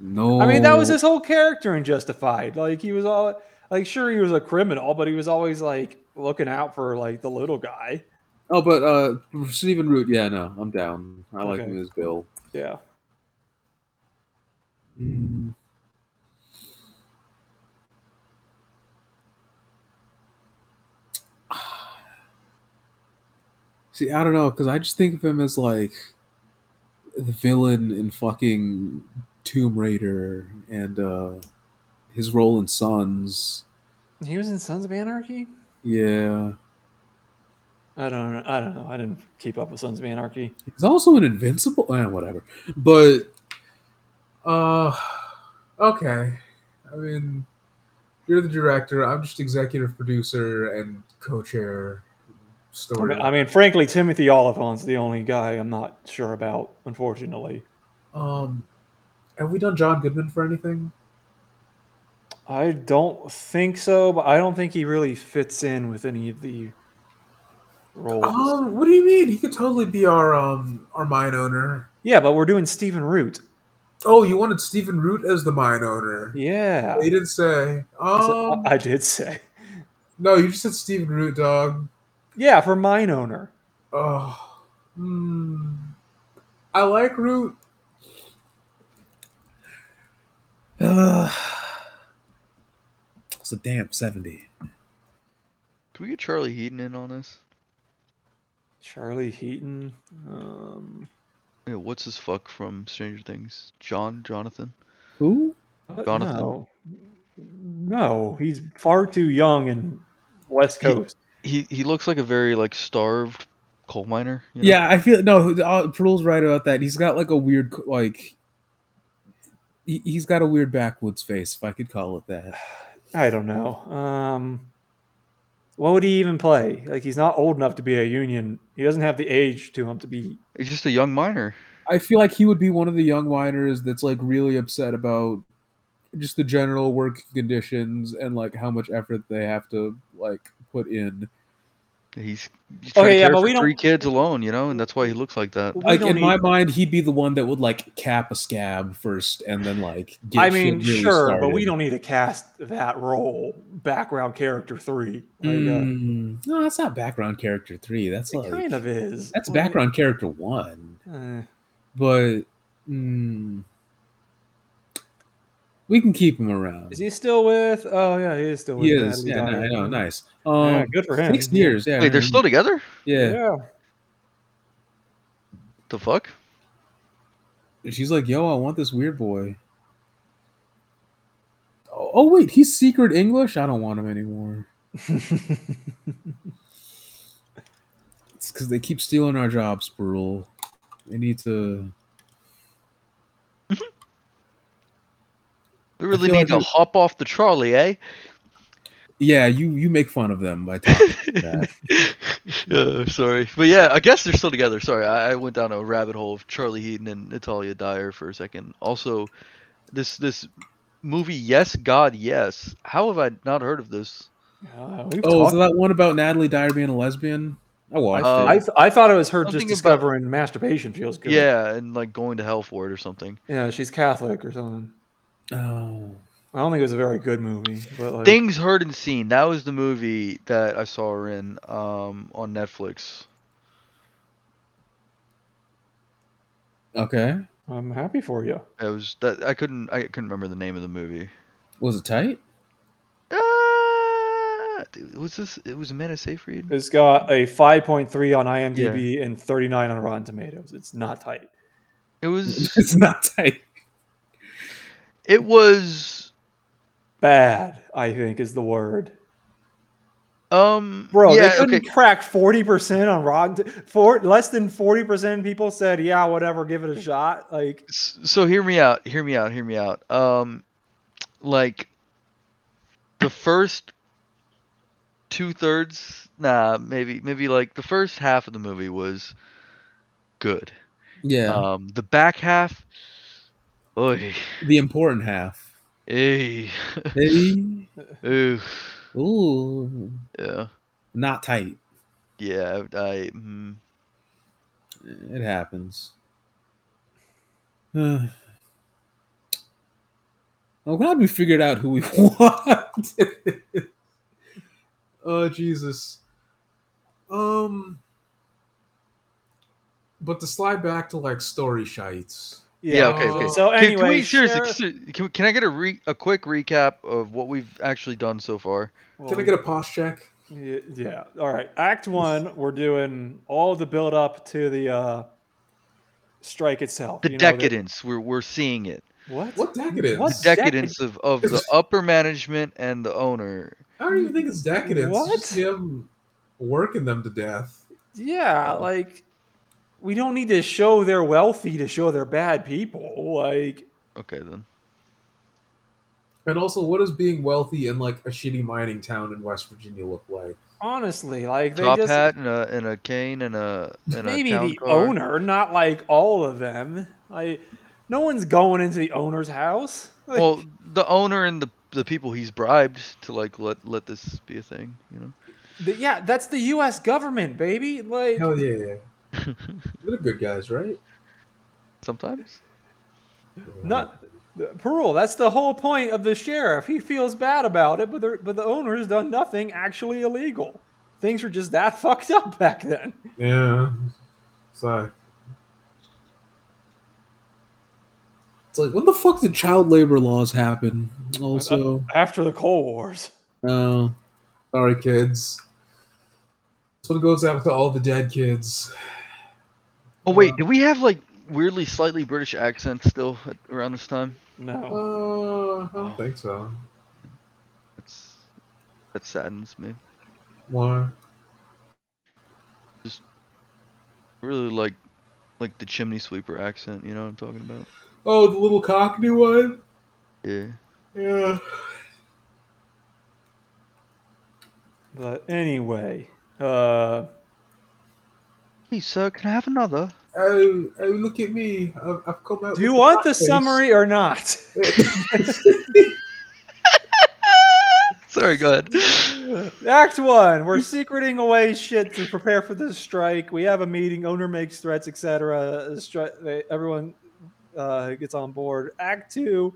no. I mean, that was his whole character in Justified. Like he was all like sure he was a criminal, but he was always like looking out for like the little guy. Oh, but uh, Stephen Root. Yeah, no, I'm down. I like Okay. him as Bill. Yeah. See, I don't know, because I just think of him as like the villain in fucking Tomb Raider and uh his role in Sons. He was in Sons of Anarchy? Yeah. I don't know. I don't know. I didn't keep up with Sons of Anarchy. He's also an invincible eh, whatever. But Uh, okay. I mean, you're the director. I'm just executive producer and co-chair. I mean, Story. I mean, frankly, Timothy Oliphant's the only guy I'm not sure about, unfortunately. um, have we done John Goodman for anything? I don't think so, but I don't think he really fits in with any of the roles. Oh. Um, what do you mean? He could totally be our um our mine owner. yeah, but we're doing Stephen Root. Oh, you wanted Stephen Root as the mine owner. Yeah. They didn't say. I said- Oh. Um, I did say. no, you just said Stephen Root, dog. Yeah, for mine owner. Oh, hmm. I like Root. uh, it's a damn seventy. Can we get Charlie Heaton in on this? Charlie Heaton. Um, Yeah, what's his fuck from Stranger Things? John Jonathan? Who? but Jonathan. No. No, he's far too young and West He- Coast. He he looks like a very like starved coal miner. you know? Yeah, I feel no. Uh, Pearl's right about that. He's got like a weird c- like. He, he's got a weird backwoods face, if I could call it that. I don't know. Um, What would he even play? Like he's not old enough to be a union. He doesn't have the age to him to be. He's just a young miner. I feel like he would be one of the young miners that's like really upset about just the general work conditions and like how much effort they have to like put in. He's, he's trying Okay, to yeah, care but for we don't- three kids alone, you know, and that's why he looks like that. We Like don't in my need- mind, he'd be the one that would like cap a scab first and then like. Get I shit mean, really sure, but we started. don't need to cast that role background character three. Like, uh, Mm, no, that's not background character three. That's it like kind of is. that's Like, background character one. eh. But mm, we can keep him around. is he still with? Oh yeah, he is still with. He is. Natalie Yeah, Dyer. I know. Nice. Yeah, Um, good for him. six years. Yeah. Wait, they're man. still together? Yeah. Yeah. The fuck? She's like, "Yo, I want this weird boy." Oh, oh wait, he's secret English. I don't want him anymore. It's because they keep stealing our jobs, Brule. They need to. They really feel need like to hop off the trolley, eh? Yeah, you you make fun of them by talking like that. Uh, sorry, but yeah, I guess they're still together. Sorry, I, I went down a rabbit hole of Charlie Heaton and Natalia Dyer for a second. Also, this this movie, Yes God Yes. How have I not heard of this? Uh, we've Oh, is talked- that one about Natalie Dyer being a lesbian? I watched Uh, it. I, th- I thought it was her Something just about- discovering masturbation feels good. Yeah, and like going to hell for it or something. Yeah, she's Catholic or something. Oh, I don't think it was a very good movie. But like, Things Heard and Seen. That was the movie that I saw her in um, on Netflix. okay. I'm happy for you. It was that I couldn't I couldn't remember the name of the movie. Was it tight? Ah, dude, was this? It was Amanda Seyfried. It's got a 5.3 on IMDb and 39 on Rotten Tomatoes. It's not tight. It was. it's not tight. It was. Bad, I think, is the word. Um, Bro, yeah, they couldn't okay. crack 40% on Rotten. For less than 40% people said, yeah, whatever, give it a shot. Like, S- so hear me out hear me out hear me out um like the first two thirds nah maybe maybe like the first half of the movie was good Yeah, um the back half oy, the important half. ey, Hey, ooh, ooh, yeah not tight. yeah I, I mm, It happens. Uh, I'm glad we figured out who we want. Oh Jesus. Um. But to slide back to like story shites. yeah, okay okay So, Can- can, anyway, we, seriously, Sheriff- ser- can, can i get a re- a quick recap of what we've actually done so far Can I get a pause check? Y- Yeah. All right. Act one, we're doing all the build up to the uh, strike itself. the you know, decadence we're, we're seeing it what? What decadence? What I decadence of, of the upper management and the owner. don't even think it's decadence. It's just What? him working them to death. Yeah. Like, we don't need to show they're wealthy to show they're bad people. Like, Okay then. And also, what does being wealthy in like a shitty mining town in West Virginia look like? honestly, like they Top just hat and a and a cane and a and maybe a town the car. owner, not like all of them. Like, no one's going into the owner's house. Like, Well, the owner and the the people he's bribed to like let let this be a thing. You know. the- yeah, that's the U.S. government, baby. Like, Hell yeah, yeah. They're good guys, right? Sometimes. Not Perul. That's the whole point of the sheriff. He feels bad about it, but the, but the owner has done nothing actually illegal. Things were just that fucked up back then. Yeah. So it's like when the fuck did child labor laws happen? Also, After the Cold Wars, uh, sorry, kids. That's what goes out to all the dead kids. Oh wait, do we have like weirdly slightly British accents still at, around this time? no. Uh, I don't think so. That's that saddens me. Why? I really like like the chimney sweeper accent. You know what I'm talking about? Oh, the little cockney one. Yeah. Yeah. But anyway, uh, Hey, sir, can I have another? Oh, oh, look at me! I've, I've come out. do you want the summary or not? Sorry, go ahead. Act one. We're secreting away shit to prepare for this strike. We have a meeting. Owner makes threats, etc. Stri- they- Everyone uh, gets on board. Act two.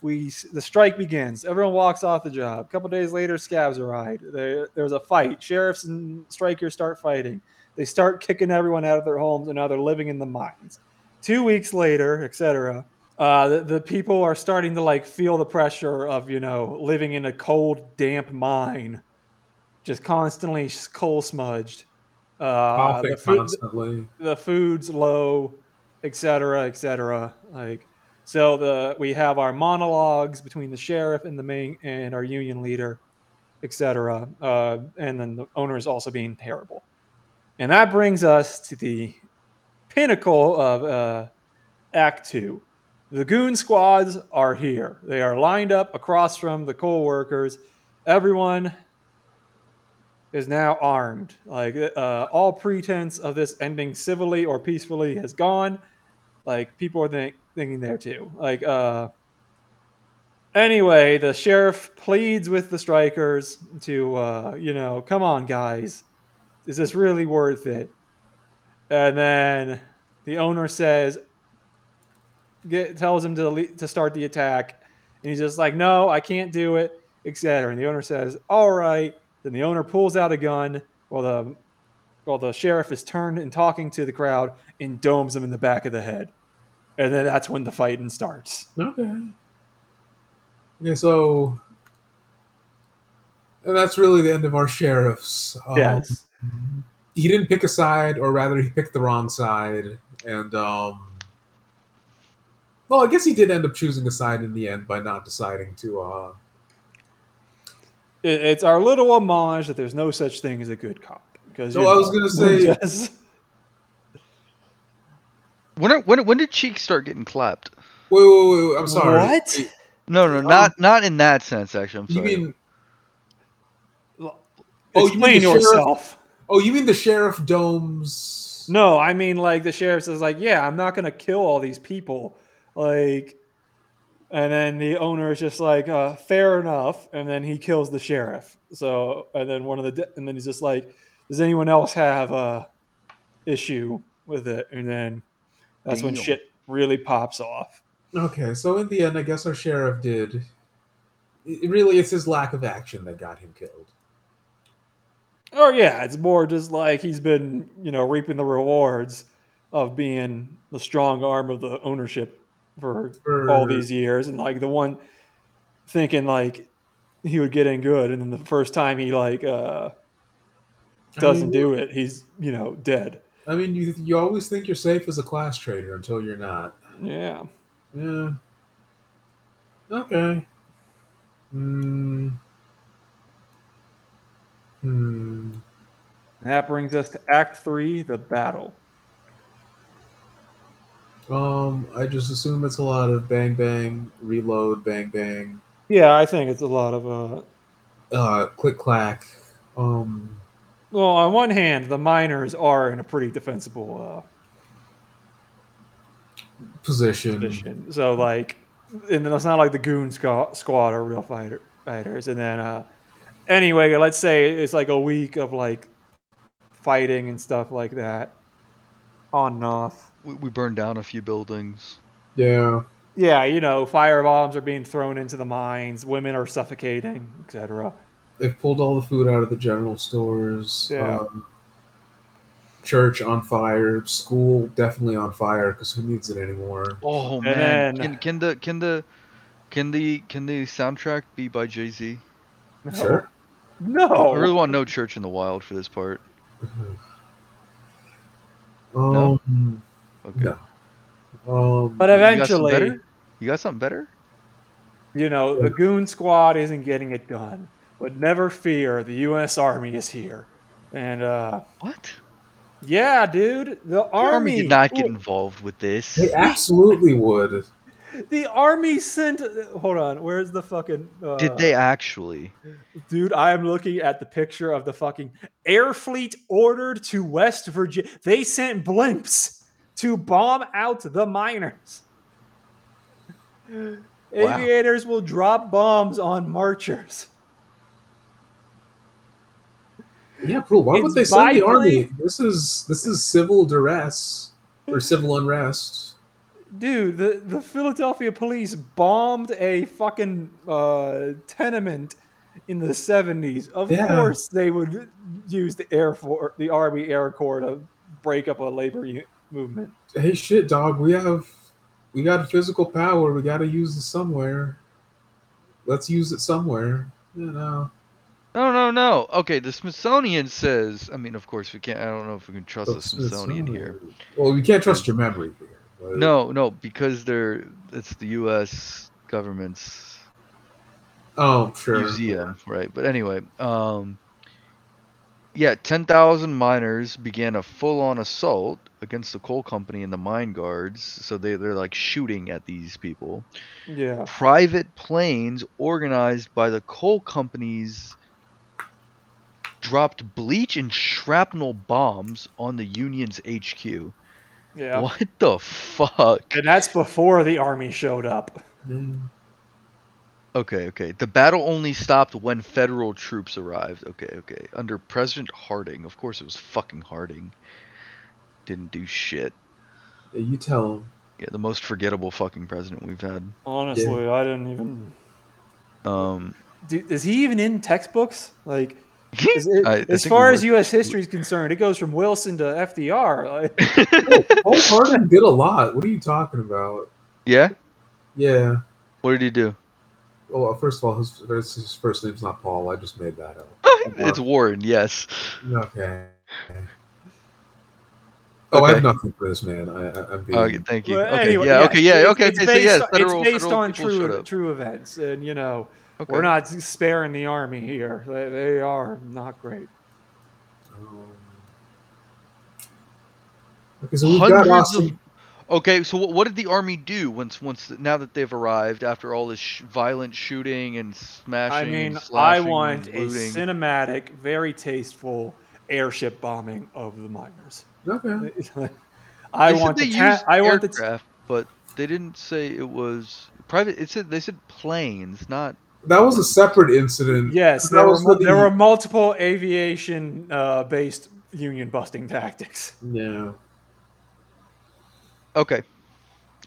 We s- the strike begins. Everyone walks off the job. A couple days later, scabs arrive. There, there's a fight. Sheriffs and strikers start fighting. They start kicking everyone out of their homes, and now they're living in the mines. Two weeks later, etc uh, the, the people are starting to like feel the pressure of you know living in a cold, damp mine, just constantly s- coal smudged. Uh, Coughing the, food, constantly. the food's low, et cetera, et cetera. Like so, the we have our monologues between the sheriff and the main and our union leader, et cetera, uh, and then the owner is also being terrible. And that brings us to the pinnacle of uh, Act Two. The goon squads are here. They are lined up across from the coal workers. Everyone is now armed. Like uh, all pretense of this ending civilly or peacefully has gone. Like people are think- thinking there too. Like uh, anyway, the sheriff pleads with the strikers to uh, you know, come on, guys, is this really worth it? And then the owner says, get, tells him to le- to start the attack, and he's just like, "No, I can't do it," etc. And the owner says, "All right." Then the owner pulls out a gun while the while the sheriff is turned and talking to the crowd and domes him in the back of the head, and then that's when the fighting starts. Okay. Okay, so and that's really the end of our sheriffs. Um, yes, He didn't pick a side, or rather, he picked the wrong side. And um, well, I guess he did end up choosing a side in the end by not deciding to. Uh, It- it's our little homage that there's no such thing as a good cop. Because No, I was gonna say- yes. When, are- when when did Cheek start getting clapped? wait, wait, wait, wait, I'm sorry. What? No, no, not not in that sense. Actually, I'm You sorry. mean? Oh, you mean Explain the sheriff- yourself. Oh, you mean the sheriff domes? No, I mean like the sheriff says, like, yeah, I'm not gonna kill all these people, like, and then the owner is just like, uh, fair enough, and then he kills the sheriff. So, and then one of the, de- and then he's just like, does anyone else have a issue with it? And then that's when Damn. shit really pops off. Okay, so in the end, I guess our sheriff did. It, really, it's his lack of action that got him killed. Or yeah, it's more just like he's been, you know, reaping the rewards of being the strong arm of the ownership for For- all these years and like the one thinking like he would get in good and then the first time he like uh I doesn't mean, do it he's you know dead I mean, you you always think you're safe as a class trader until you're not. yeah Yeah. Okay. Hmm. Hmm. that brings us to act three the battle Um, I just assume it's a lot of bang bang, reload, bang bang, yeah i think it's a lot of uh uh, click clack. Um, well on one hand the miners are in a pretty defensible uh position. position so like and then it's not like the goon squa- squad are real fighter fighters and then uh anyway let's say it's like a week of like fighting and stuff like that on and off We, we burned down a few buildings. Yeah. yeah, you know, fire bombs are being thrown into the mines, women are suffocating, etc. They've pulled all the food out of the general stores. Yeah. Um, church on fire. School definitely on fire because who needs it anymore? Oh And man, then- can, can the can the can the can the soundtrack be by Jay Z? Sure. I really No. want no Church in the Wild for this part. No? Um, Okay. No. um, But uh, You got something eventually, better? you got something better? you know, the goon squad isn't getting it done. But never fear, the US Army is here. And uh What? yeah, dude, the The army, did not get Ooh, involved with this. they absolutely would. The army sent. Hold on, where's the fucking? Uh, Did they actually? Dude, I am looking at the picture of the fucking air fleet ordered to West Virginia. They sent blimps to bomb out the miners. Aviators will drop bombs on marchers. Yeah, cool. Why would It's they send the vitally- army? This is this is civil duress Hmm. or civil unrest. Dude, the, the Philadelphia police bombed a fucking uh, tenement in the 70s. Of Yeah. course, they would use the Air Force, the Army Air Corps to break up a labor u- movement. Hey, shit, dog. We have we got physical power. We got to use it somewhere. Let's use it somewhere. You know. No, no, no. Okay, the Smithsonian says. I mean, of course we can't. I don't know if we can Oh, trust the It's- it's Smithsonian not- here. Well, we can't trust your memory here. but- No, no, because they're it's the U.S. government's Oh, sure. museum, right? But anyway, um, yeah, ten thousand miners began a full-on assault against the coal company and the mine guards. So they they're like shooting at these people. Yeah. private planes organized by the coal companies dropped bleach and shrapnel bombs on the union's HQ. Yeah. What the fuck? And that's before the army showed up. Mm. Okay, okay. The battle only stopped when federal troops arrived. Okay, okay. Under President Harding. Of course it was fucking Harding. Didn't do shit. Yeah, you tell him. Yeah, the most forgettable fucking president we've had. Honestly, I didn't even. Um Dude, is he even in textbooks? Like, is it- I- I as think we far as were- U.S. history is concerned, it goes from Wilson to FDR. Like, Oh. Paul Hardin did a lot. What are you talking about? Yeah? Yeah. Oh, What did he do? Well, first of all, his, his his first name's not Paul. I just made that up. It's Warren, yes. Okay. Oh, I Okay. have nothing for this man. I, I, I'm being. Okay, thank you. Well, okay, anyway, yeah, okay, yeah, it's- okay, It's okay. based, so yes, on- federal, it's based federal on people showed true up. true events, and you know Okay. we're not sparing the army here. They, they are not great. Um, okay, so we've got Hundreds Austin. Okay, so what, what did the army do once once now that they've arrived after all this sh- violent shooting and smashing? I mean, I slashing, want a looting? cinematic, very tasteful airship bombing of the miners. Okay. I They said want they the ta- used I want the aircraft, but they didn't say it was private. It said they said planes, not That was a separate incident. Yes, That there were, was mul- for there the- were multiple aviation uh, based union busting tactics. No. okay.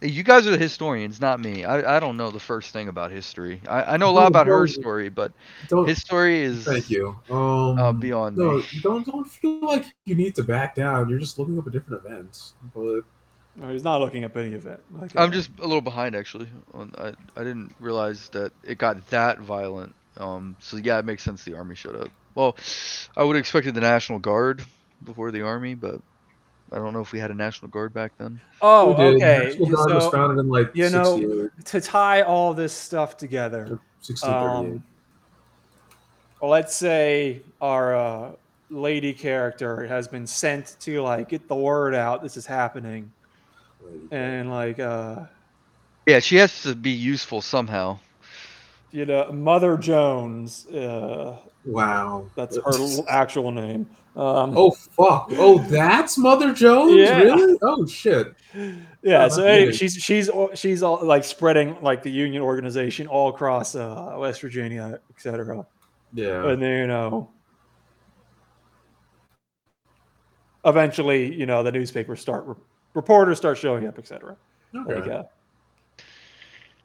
You guys are the historians, not me. I, I don't know the first thing about history. I, I know a lot No, about her Oh, no. story, but Don't. his story is thank you. Um. uh, beyond me. No, don't don't feel like you need to back down. You're just looking up a different event. But No, he's not looking up any of it. Like, I'm uh, just a little behind actually. On, I I didn't realize that it got that violent. Um, so yeah, it makes sense the army showed up. Well, I would have expected the National Guard before the army, but I don't know if we had a National Guard back then. Oh, Who did? okay. National Guard was so- founded in like you know, 68, to tie all this stuff together, 1638. um, let's say our uh, lady character has been sent to like get the word out this is happening, and like uh, Yeah, she has to be useful somehow. you know, Mother Jones, uh, wow. that's her l- actual name. Um, Oh fuck! Oh, that's Mother Jones. Yeah. Really? Oh shit! yeah. oh, So that's anyway, weird. she's she's all- she's all like spreading like the union organization all across uh, West Virginia, etc. Yeah. and then you know eventually you know the newspapers start reporters start showing up etc like Okay. uh,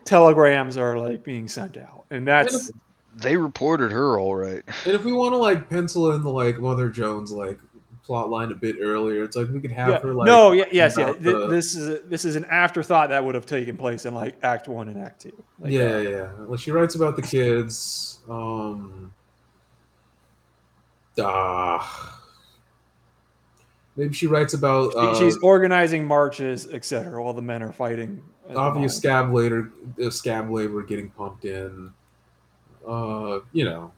telegrams are like being sent out and that's They reported her all right. And if we want to like pencil in the like Mother Jones like plot line a bit earlier, it's like we could have yeah. her like no yeah, yes yeah about Th- the- this is a, this is an afterthought that would have taken place in like act one and act two like, uh, yeah, yeah, yeah. Like she writes about the kids. Um. Ah. Maybe she writes about she- uh, she's organizing marches etc while the men are fighting at the obvious mine. scab later, uh, scab labor getting pumped in. Uh, you know,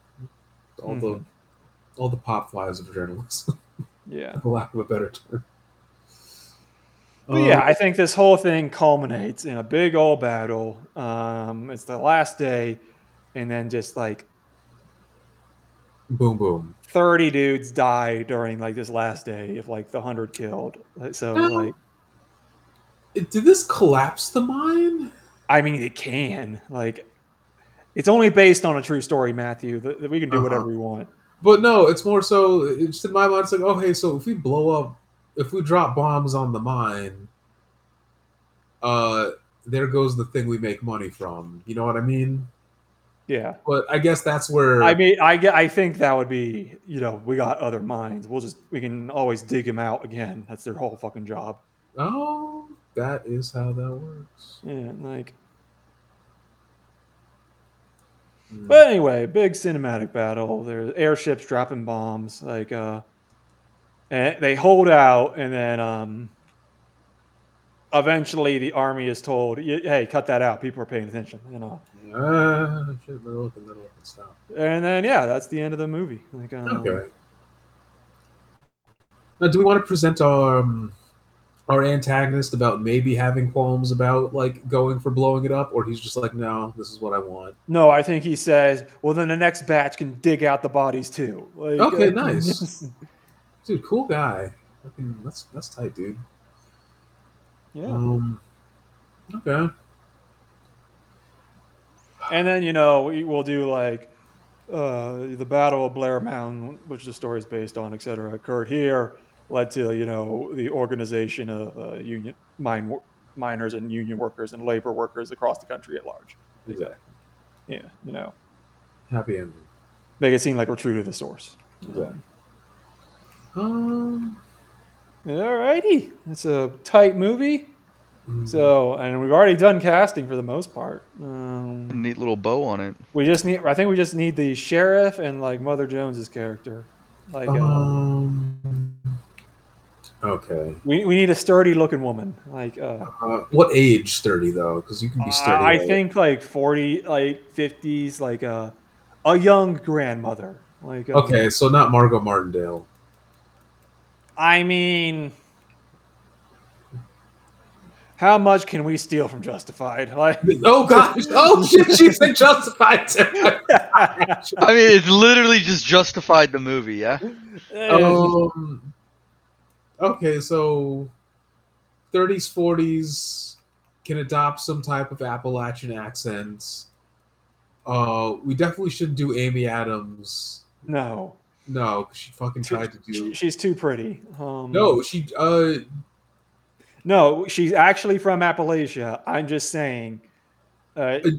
all Mhm. the all the pop flies of journalism, yeah for lack of a better term. But yeah, I think this whole thing culminates in a big old battle. Um, it's the last day, and then just like Um, Boom, boom. 30 dudes die during like this last day of like the 100 killed. So, Oh. like, It- Did this collapse the mine? I mean, it can. Like, it's only based on a true story, Matthew. That, that we can do Uh-huh. whatever we want. But no, it's more so. It's in my mind. It's like, oh, hey, so if we blow up, if we drop bombs on the mine, uh, there goes the thing we make money from. You know what I mean? Yeah. But I guess that's where I mean, I, ge- I think that would be, you know, we got other mines. We'll just, we can always dig them out again. That's their whole fucking job. Oh, that is how that works. Yeah. Like, Mm. But anyway, big cinematic battle. There's airships dropping bombs. Like, uh, and they hold out, and then um, eventually the army is told, "Y- "Hey, cut that out. People are paying attention." You know. Ah, shit, little look, little look, stop. And then yeah, that's the end of the movie. Like, um, Okay. Now, do we want to present our um, our antagonist about maybe having qualms about like going for blowing it up, or he's just like, no, this is what I want. No, I think he says, "Well, then the next batch can dig out the bodies too." Like, Okay, uh, nice. Dude, cool guy. Fucking- That's that's tight, dude. yeah. Um, okay. And then you know we- we'll do like uh, the Battle of Blair Mountain, which the story is based on, etc. Occurred here, led to you know the organization of uh, union mine wor- miners and union workers and labor workers across the country at large. Exactly. Yeah, you know, Happy ending. make it seem like we're true to the source. Exactly. Um. Alrighty, it's a tight movie. mm, So, and we've already done casting for the most part. Um, Neat little bow on it. We just need. I think we just need the sheriff and like Mother Jones's character. Like uh, um. Okay. we, we need a sturdy looking woman. Like uh, Uh, what age sturdy though? Because you can be sturdy. I I at- think like forty, like fifties, like uh, a young grandmother. Like uh, Okay, so not Margot Martindale. I mean, how much can we steal from Justified? Like Oh gosh! Oh shit! She's in Justified. too. I mean, it literally just justified the movie, yeah? um. Okay, so thirties, forties can adopt some type of Appalachian accents. Uh, we definitely shouldn't do Amy Adams. no, No, 'cause she fucking tried to She- do. she's too pretty. Um, No, she. Uh, No, she's actually from Appalachia. I'm just saying, uh, it-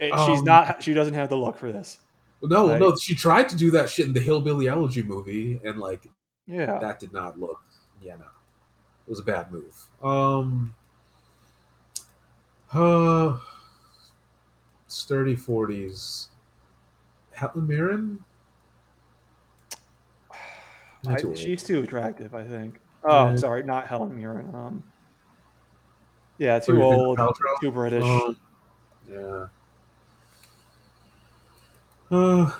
she's um, not. She doesn't have the look for this. no, Right. no, she tried to do that shit in the Hillbilly Elegy movie, and like Yeah, that did not look yeah no it was a bad move um uh sturdy 40s helen mirren I- Not too old. she's too attractive. I think. Oh, Yeah. sorry, not Helen Mirren. Um, yeah, Who too you think, old, Paltrow? too British. Um, yeah uh,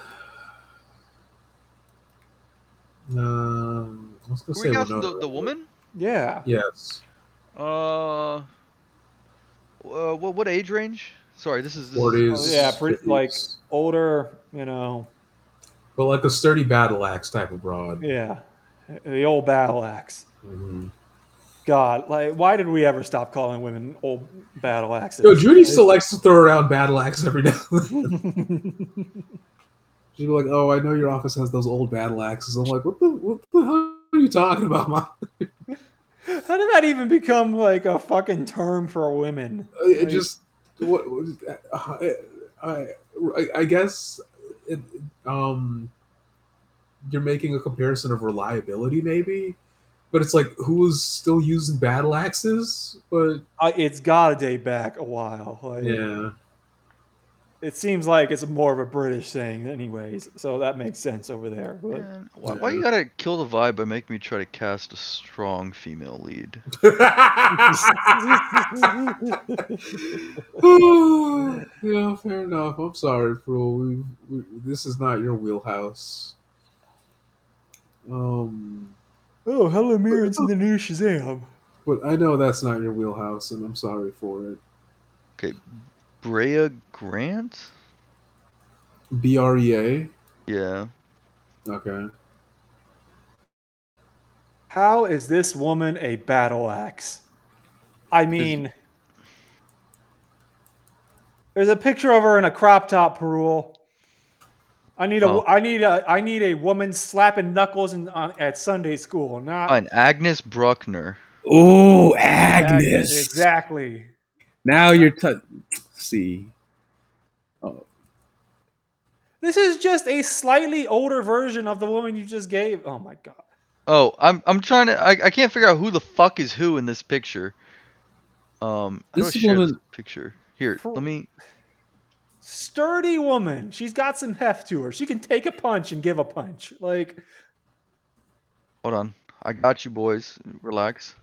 um, I was gonna say We got Winona the, the Ryder. woman? yeah, Yes. Uh, uh what, what age range? Sorry, this is. This is- 40s. yeah, pretty- like- 50s. older. You know, But like a sturdy battle axe type of broad. yeah, the old battle axe. Mhm. God, like, why did we ever stop calling women old battle axes? Yo, Judy still likes to throw around battle axe every now and then. She'd be like, "Oh, I know your office has those old battle axes." I'm like, "What the what the hell are you talking about, Mom?" How did that even become like a fucking term for women? It Like- just what, what is that? I, I I guess it, um you're making a comparison of reliability, maybe, but it's like who is still using battle axes? But I, it's got to date back a while. Like, yeah, It seems like it's more of a British thing, anyways. So that makes sense over there. But Man, why, why you gotta kill the vibe by making me try to cast a strong female lead? yeah, fair enough. I'm sorry, Fool. We, we, this is not your wheelhouse. Um, Um, oh, hello, Mirren's in the new Shazam. But I know that's not your wheelhouse, and I'm sorry for it. Brea Grant? B R E A. Yeah. Okay. How is this woman a battle axe? I mean, there's a picture of her in a crop top, Perul. I need a, Oh. I need a, I need a woman slapping knuckles in, on, at Sunday school, not Fine. Agnes Bruckner. Oh, Agnes, Agnes. Exactly. Now you're t- see. This is just a slightly older version of the woman you just gave. Oh my god. Oh, I'm I'm trying to I, I can't figure out who the fuck is who in this picture. Um I This don't share woman- picture. Here, For- let me Sturdy woman. She's got some heft to her. She can take a punch and give a punch. Like hold on. I got you boys. Relax.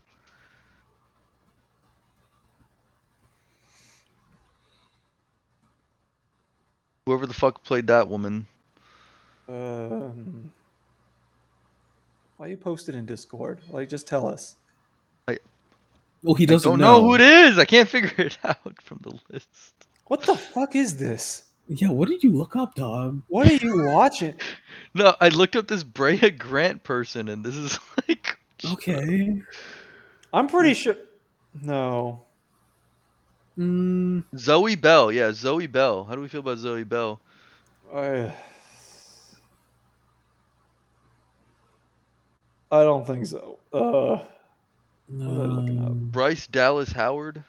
Whoever the fuck played that woman. um, why you posted in Discord? Like just tell us. Well, he doesn't Don't know. know. who it is. I can't figure it out from the list. What the fuck is this? Yeah, what did you look up, dog? What are you watching? No, I looked up this Brea Grant person, and this is like Oh. Okay. I'm pretty sure No. Mm, Zoe Bell. Yeah, Zoe Bell. How do we feel about Zoe Bell? I I don't think so. Uh What am I looking up? um, Bryce Dallas Howard.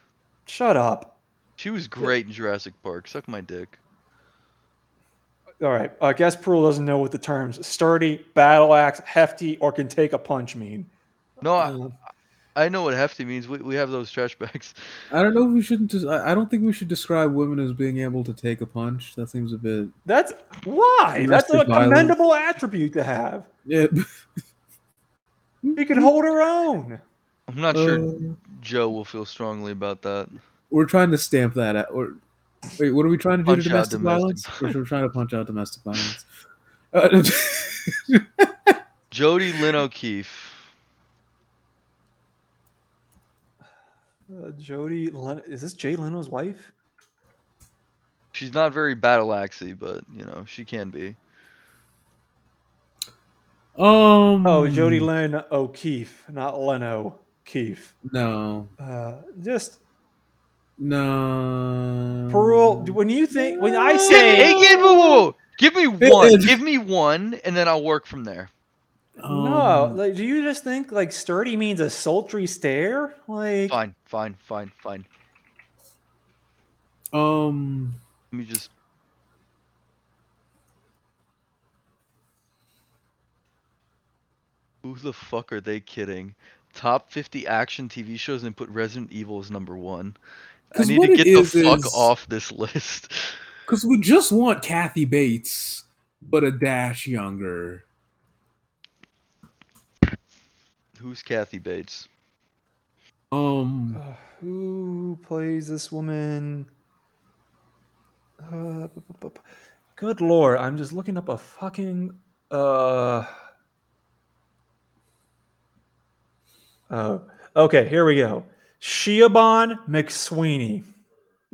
shut up. She was great in Jurassic Park. Suck my dick. All right. I guess Perul doesn't know what the terms sturdy, battle axe, hefty, or can take a punch mean. Oh. No, I, Um, I know what hefty means. We, we have those trash bags. I don't know if we shouldn't. Just, I I don't think we should describe women as being able to take a punch. That seems a bit. that's why. That's a Domestic violence. commendable attribute to have. Yeah. She can hold her own. I'm not sure uh, Joe will feel strongly about that. we're trying to stamp that out. Or wait, what are we trying to do Punch to out domestic, domestic violence? We're trying to punch out domestic violence. Uh, Jody Lynn O'Keefe. Uh, Jody, Len- is this Jay Leno's wife? She's not very battle axey, but you know she can be. um. Oh, Jody Len O'Keefe, not Leno Keefe. No, Uh, just no. Perul. When you think, when I Hey, say give, whoa, whoa, whoa. give me one. is- Give me one, and then I'll work from there. no, Um, like, do you just think like sturdy means a sultry stare? Like, Fine, fine, fine, fine. Um. Let me just. Who the fuck are they kidding? Top 50 action TV shows and put Resident Evil as number one. I 'Cause need what to it get the is fuck is- off this list. Because we just want Kathy Bates, but a dash younger. Who's Kathy Bates? Um, Uh, who plays this woman? Uh, bu- bu- bu- bu- good lord, I'm just looking up a fucking uh Oh, okay, here we go. Shiobon McSweeney.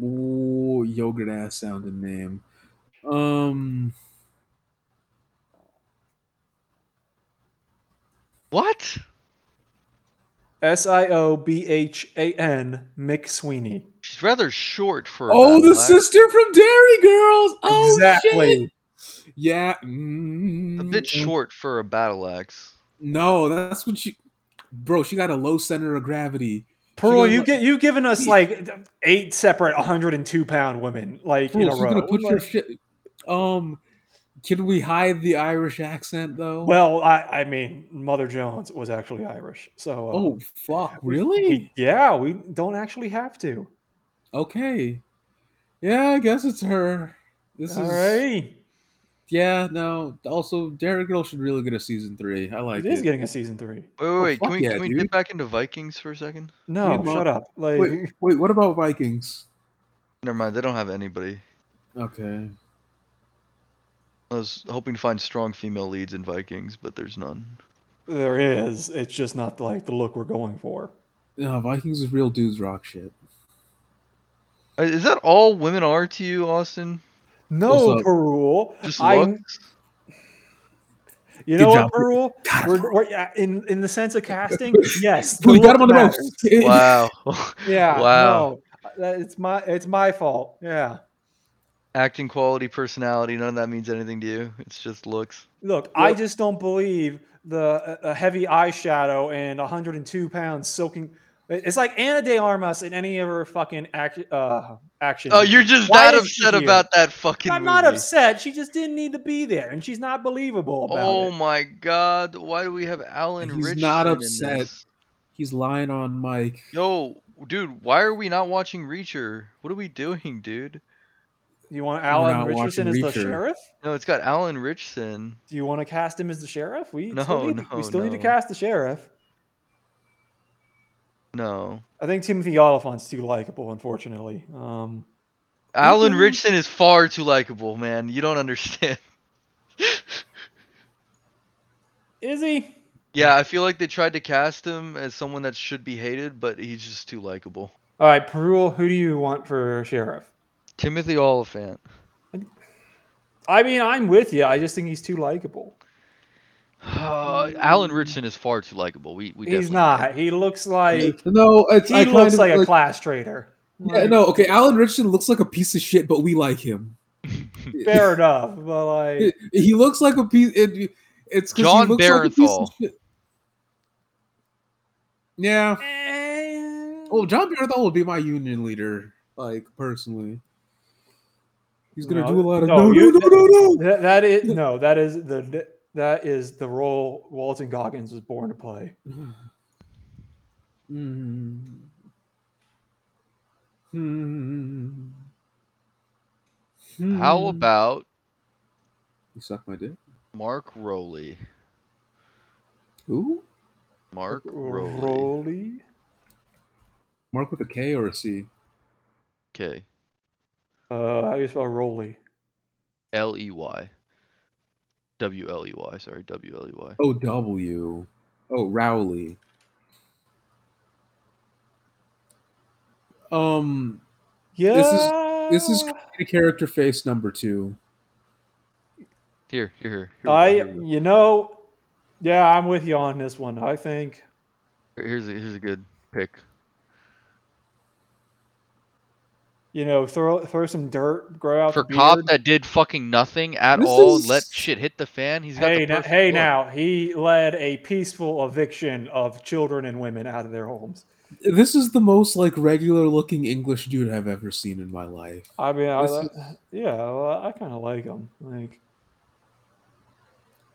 ooh, yogurt ass sounding name. Um, What? S I O B H A N McSweeney. She's rather short for. a oh, the battle act. sister from Dairy Girls. Oh, shit. exactly. Yeah. A mm, bit short for a battle axe. No, that's what she. Bro, she got a low center of gravity. Pearl, goes you like- get you given us like eight separate 102 pound women like Bro, in a she's row. gonna put your Like- shit. Um, can we hide the Irish accent though? Well, I, I mean, Mother Jones was actually Irish, so uh, oh fuck, we- really? we- yeah, we don't actually have to. Okay. Yeah, I guess it's her. This All is right, yeah. No, also Derek Girl should really get a season three. I like it it. is getting a season three. Wait, wait, wait. Oh, fuck can we, yeah, can we dude. dip back into Vikings for a second? No, Mom. shut up. Like, wait, wait. What about Vikings? Never mind. They don't have anybody. Okay. I was hoping to find strong female leads in Vikings, but there's none. there is. It's just not like the look we're going for. No, Vikings is real dudes rock shit. Uh, Is that all women are to you, Austin? What's No, up? Perul. Just I- looks. You Good know job. what, Perul? God, We're, we're, yeah, in in the sense of casting, yes, we look got him on the matters. ropes. Wow, Yeah. Wow. no, that- it's my it's my fault. Yeah. acting quality, personality, none of that means anything to you. It's just looks. Look, I just don't believe the a a heavy eyeshadow and 102 pounds soaking. it- It's like Anna De Armas in any of her fucking act, uh, action. Oh, you're just Why that is she upset here? about that fucking. I'm not movie. upset. She just didn't need to be there, and she's not believable about Oh it. my god, why do we have Alan He's Richardson? not in upset. this? He's lying on Mike. Yo, dude, why are we not watching Reacher? What are we doing, dude? You want not Alan Richardson as watching the Reacher. sheriff? No, it's got Alan Richardson. Do you want to cast him as the sheriff? We No, still need, to- no, we still need to no. cast the sheriff. No. I think Timothy Oliphant's too likable, unfortunately. Um, Alan Mhm. Richardson is far too likable, man. You don't understand. is he? Yeah, I feel like they tried to cast him as someone that should be hated, but he's just too likable. All right, Perul, who do you want for sheriff? Timothy Oliphant. I mean, I'm with you. I just think he's too likable. Uh, Alan Richardson is far too likable. We, we He's definitely- not. He looks like No, it's, he I kind looks of, like a class traitor. Yeah, no, okay. Alan Richardson looks like a piece of shit, but we like him. fair enough. But like, he looks like a piece. It, it's 'cause he John looks like a piece of Barenthal. shit. Yeah. eh, Well, Oh, John Barenthal will be my union leader, like personally. He's gonna No, do a lot of no, no, no, you- no, no, no. that- that is no. That is the that is the role Walton Goggins was born to play. Mm. Mm. How Mm. about you suck my dick? Mark Rowley? Who? Mark Rowley. Rowley. Mark with a K or a C? Okay. Uh, how do you spell Rowley? L E Y. W L E Y. Sorry, W L E Y. O W. Oh, Rowley. Um, Yeah. is- this is create a character face number two. Here, here, here. here we go, I. here we go. You know. Yeah, I'm with you on this one. I think. Here- Here's a here's a good pick. You know, throw throw some dirt, grow out For the cop beard. that did fucking nothing at This all, let is- shit hit the fan. He's got Hey, the now, perfect hey look. now, he led a peaceful eviction of children and women out of their homes. This is the most like regular looking English dude I've ever seen in my life. I mean, I, This li- is- yeah, well, I kind of like him. Like,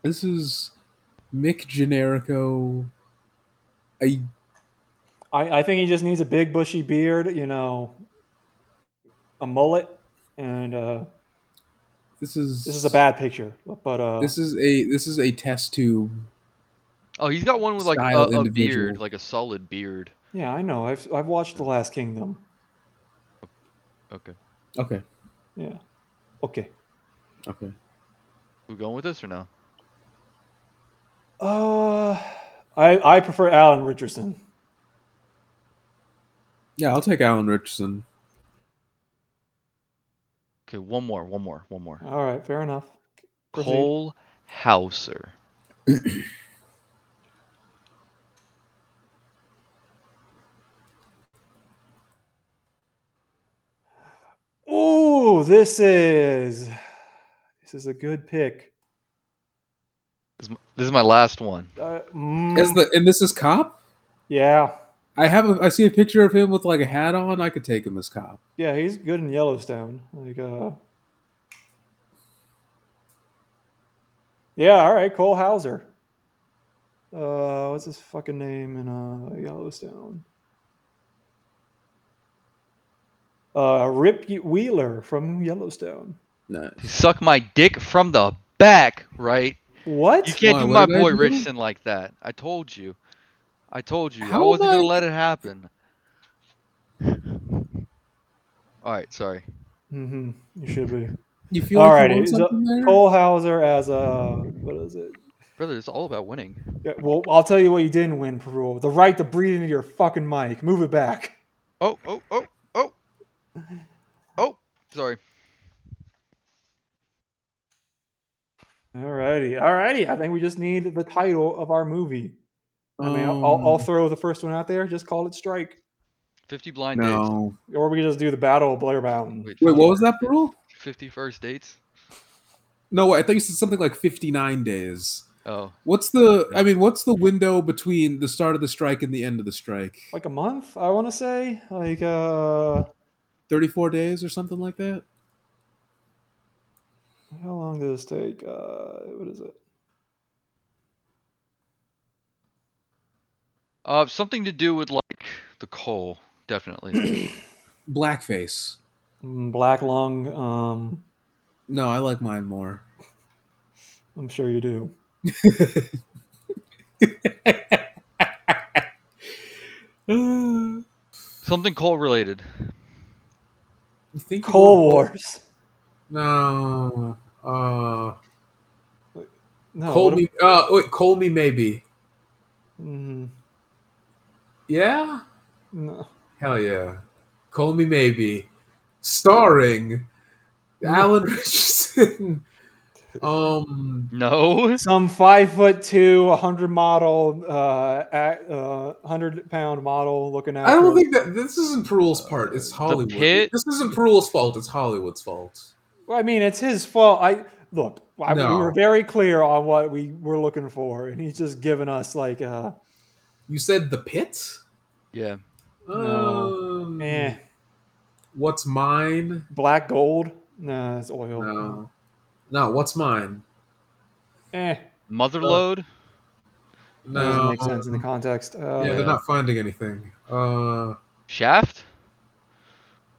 This is Mick Generico. I I, I think he just needs a big bushy beard, you know, a mullet, and uh, this is this is a bad picture. But uh, This is a this is a test tube. Oh, he's got one with like a, Style a beard, individual. like a solid beard. yeah, I know. I've I've watched The Last Kingdom. Okay. Okay, Yeah. Okay. okay. We going with this or no? Uh, I I prefer Alan Richardson. Yeah, I'll take Alan Richardson. Okay, one more, one more, one more. All right, fair enough. Proceed. Cole Hauser. Ooh, this is this is a good pick. This is my, this is my last one. Uh, As mm, the and this is cop. yeah, I have a, I see a picture of him with like a hat on. I could take him as cop. yeah, he's good in Yellowstone. Like, uh, yeah, all right, Cole Hauser. Uh, what's his fucking name in uh, Yellowstone? Uh, Rip Wheeler from Yellowstone. No, Suck my dick from the back, right? What? You can't Why, do what my did I boy do? Richardson like that. I told you. I told you. How I am wasn't I- gonna let it happen. All right, sorry. Mm-hmm. You should be. you feel like you Alrighty, want so something there? Cole Hauser as a uh, what is it? Brother, it's all about winning. Yeah, well, I'll tell you what you didn't win, Perul. The right to breathe into your fucking mic. Move it back. Oh, oh, oh, oh. Oh, sorry. Alrighty, alrighty. I think we just need the title of our movie. I mean, I'll, I'll- I'll Um, throw the first one out there. Just call it Strike, 50 blind dates. no. or we can just do the Battle of Blair Mountain. Wait, what was that, Pearl? 50 first dates? No, I think you said something like 59 days. Oh, What's the? I mean, what's the window between the start of the strike and the end of the strike? Like a month, I want to say. Like, uh, Thirty-four days or something like that. how long does this take? Uh, what is it? uh, something to do with like the coal, definitely. Blackface. Mm, Black Lung. Um, No, I like mine more. I'm sure you do. you something coal related. think you Cold want- Wars. No. Uh, No, call Oh, what me. Uh, wait, call me maybe. a- Mhm. Yeah. No. Hell yeah. Call me maybe. Starring Alan Richardson. um. No. Some five foot two, hundred model, uh, act- uh, hundred pound model looking at. I don't think that this isn't Perul's part. It's Hollywood. Pit? This isn't Perul's fault. It's Hollywood's fault. Well, I mean, it's his fault. I look. I, We were No. very clear on what we were looking for, and he's just giving us like, uh, You said the pit. Yeah. No. Um, eh, What's mine? black gold. Nah, it's oil. No. No. What's mine? Eh, Motherload. that No. doesn't make sense in the context. Uh, yeah, yeah. they're not finding anything. Uh, Shaft.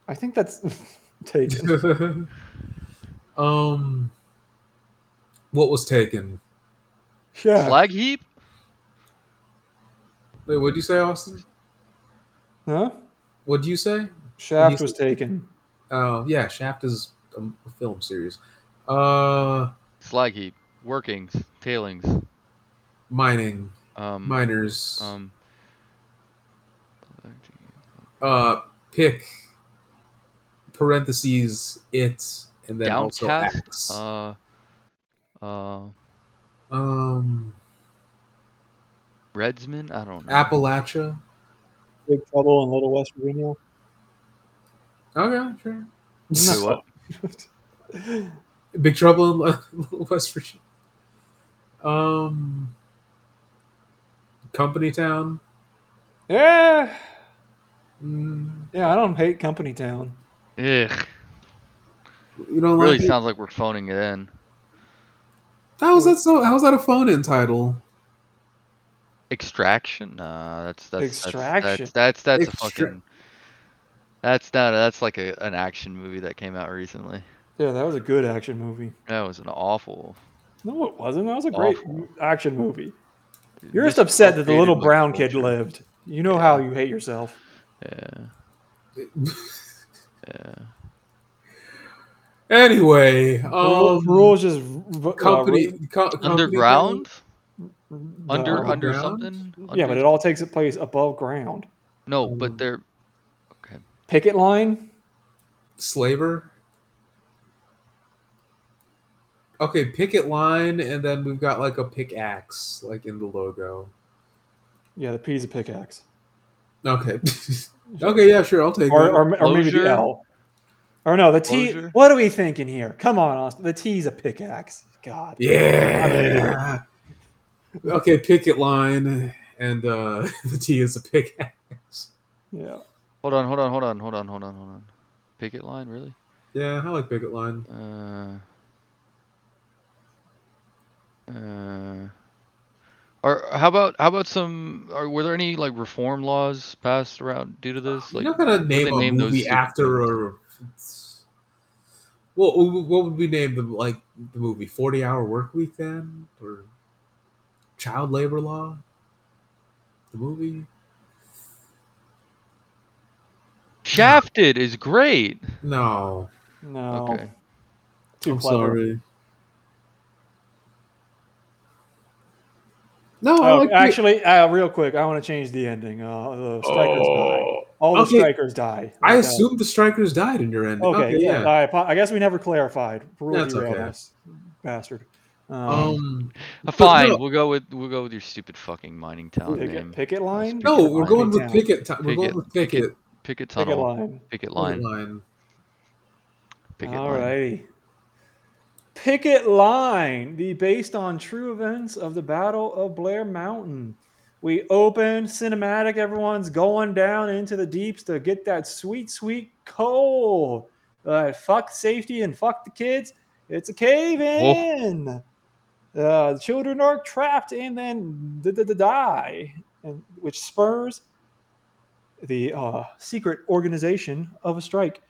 I think that's taken. um, what was taken? Yeah, Flag heap. Wait, what'd you say, Austin? huh? What'd you say? Shaft He's- was taken. Oh, yeah, Shaft is a m- a film series. Uh, Slag heap. Workings. Tailings. mining, Um. miners, Um. uh, pick, parentheses, it, and then also Downcast? axe. Uh. Uh. um, Redsman. I don't know. Appalachia. Big Trouble in Little West Virginia. Okay, sure. Wait, what? Big Trouble in Little West Virginia. Um, Company Town. Yeah, Mm, yeah. I don't hate Company Town. Ugh. you don't Really like it? sounds like we're phoning it in. How is that so? How's that a phone in title? Extraction? Nah, that's that's Extraction. That's that's, that's, Extra- a fucking. That's not. That's like a, an action movie that came out recently. Yeah, that was a good action movie. That was an awful. No, it wasn't. That was a great Awful. action movie. You're just this upset that the updated little my brown kid culture. lived. You know how you hate yourself. Yeah. Yeah. anyway, Rule um, Rules just v- uh, company, ru- co- company Underground? no. Under under Underground? something? Yeah, Under- but it all takes place above ground. no, but um, they're Picket line. Town? slaver. Okay, picket line, and then we've got like a pickaxe, like in the logo. Yeah, the P's a pickaxe. Okay, okay, yeah, sure, I'll take Or it. or, or maybe Closure? the L. Or no, the T. Closure? What are we thinking here? Come on, Austin. The T's a pickaxe. God. Yeah. Okay, picket line and uh the T is a pickaxe. Yeah. hold on, hold on, hold on, hold on, hold on, hold on. Picket line, really? Yeah, I like picket line. Uh, uh, are how about how about some? Are, were there any like reform laws passed around due to this? You're not Like, gonna name they a name those movie stupid after or what? What would we name the like the movie? Forty Hour Work Week then, or Child Labor Law? The movie? Shafted is great. No, No. Okay. Too I'm clever. sorry. No, I Oh, like the- actually, uh, real quick, I want to change the ending. Uh, the strikers die. Oh. All the Okay. strikers die. I Like, uh, assumed the strikers died in your ending. Okay, Okay, yeah. yeah. I, apo- I guess we never clarified. Rule That's derailed okay. us, bastard. Um, Um, Uh, Fine, no- we'll go with we'll go with your stupid fucking mining town picket, name. picket line. no, we're Picket going with line. picket. ti- We're Picket- going with picket. Picket Picket tunnel. line. Picket Line. line. Picket All line. righty. Picket Line, the based on true events of the Battle of Blair Mountain. We open cinematic. Everyone's going down into the deeps to get that sweet, sweet coal. Uh, fuck safety and fuck the kids. It's a cave in. Uh, the children are trapped and then d- d- d- die, and, which spurs the uh, secret organization of a strike.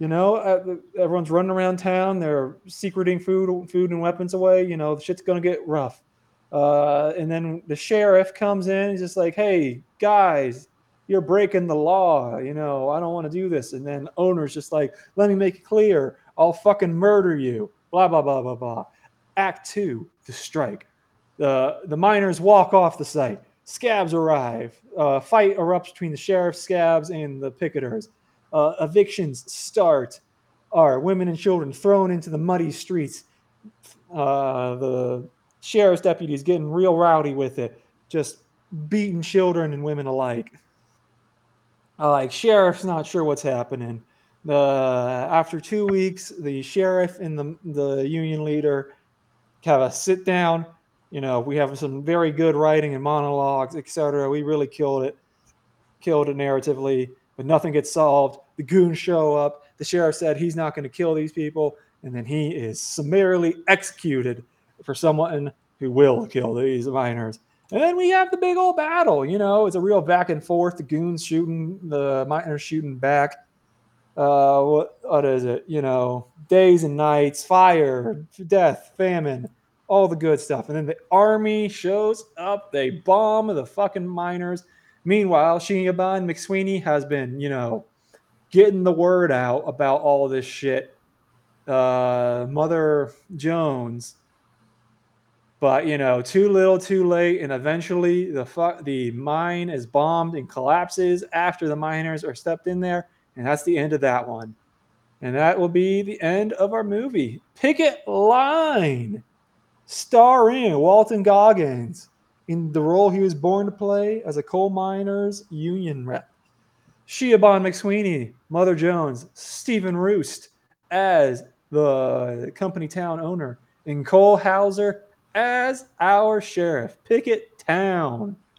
You know, uh, the- everyone's running around town. They're secreting food, food and weapons away. You know, the shit's gonna get rough. Uh, and then the sheriff comes in. He's just like, "Hey guys, you're breaking the law. You know, I don't want to do this." And then owner's just like, "Let me make it clear. I'll fucking murder you." Blah blah blah blah blah. Act two, the strike. The the miners walk off the site. Scabs arrive. Uh, fight erupts between the sheriff, scabs, and the picketers uh, evictions start are women and children thrown into the muddy streets. Uh, the sheriff's deputies getting real rowdy with it, just beating children and women alike. Uh, like sheriff's not sure what's happening. The after two weeks, the sheriff and the the union leader have a sit down. You know, we have some very good writing and monologues, etc. We really killed it killed it narratively, but nothing gets solved. The goons show up. The sheriff said he's not going to kill these people, and then he is summarily executed for someone who will kill these miners. And then we have the big old battle. You know, it's a real back and forth. The goons shooting, the miners shooting back. Uh, what what is it? You know, days and nights, fire, death, famine, all the good stuff. And then the army shows up. They bomb the fucking miners. Meanwhile, Shinyaban McSweeney has been, you know, getting the word out about all this shit. Uh, Mother Jones. But you know, too little, too late, and eventually the fu- the mine is bombed and collapses after the miners are stepped in there, and that's the end of that one. And that will be the end of our movie. Picket Line, starring Walton Goggins in the role he was born to play as a coal miners union rep. Shiobon McSweeney, Mother Jones, Stephen Roost as the company town owner, and Cole Hauser as our sheriff. Picket Town.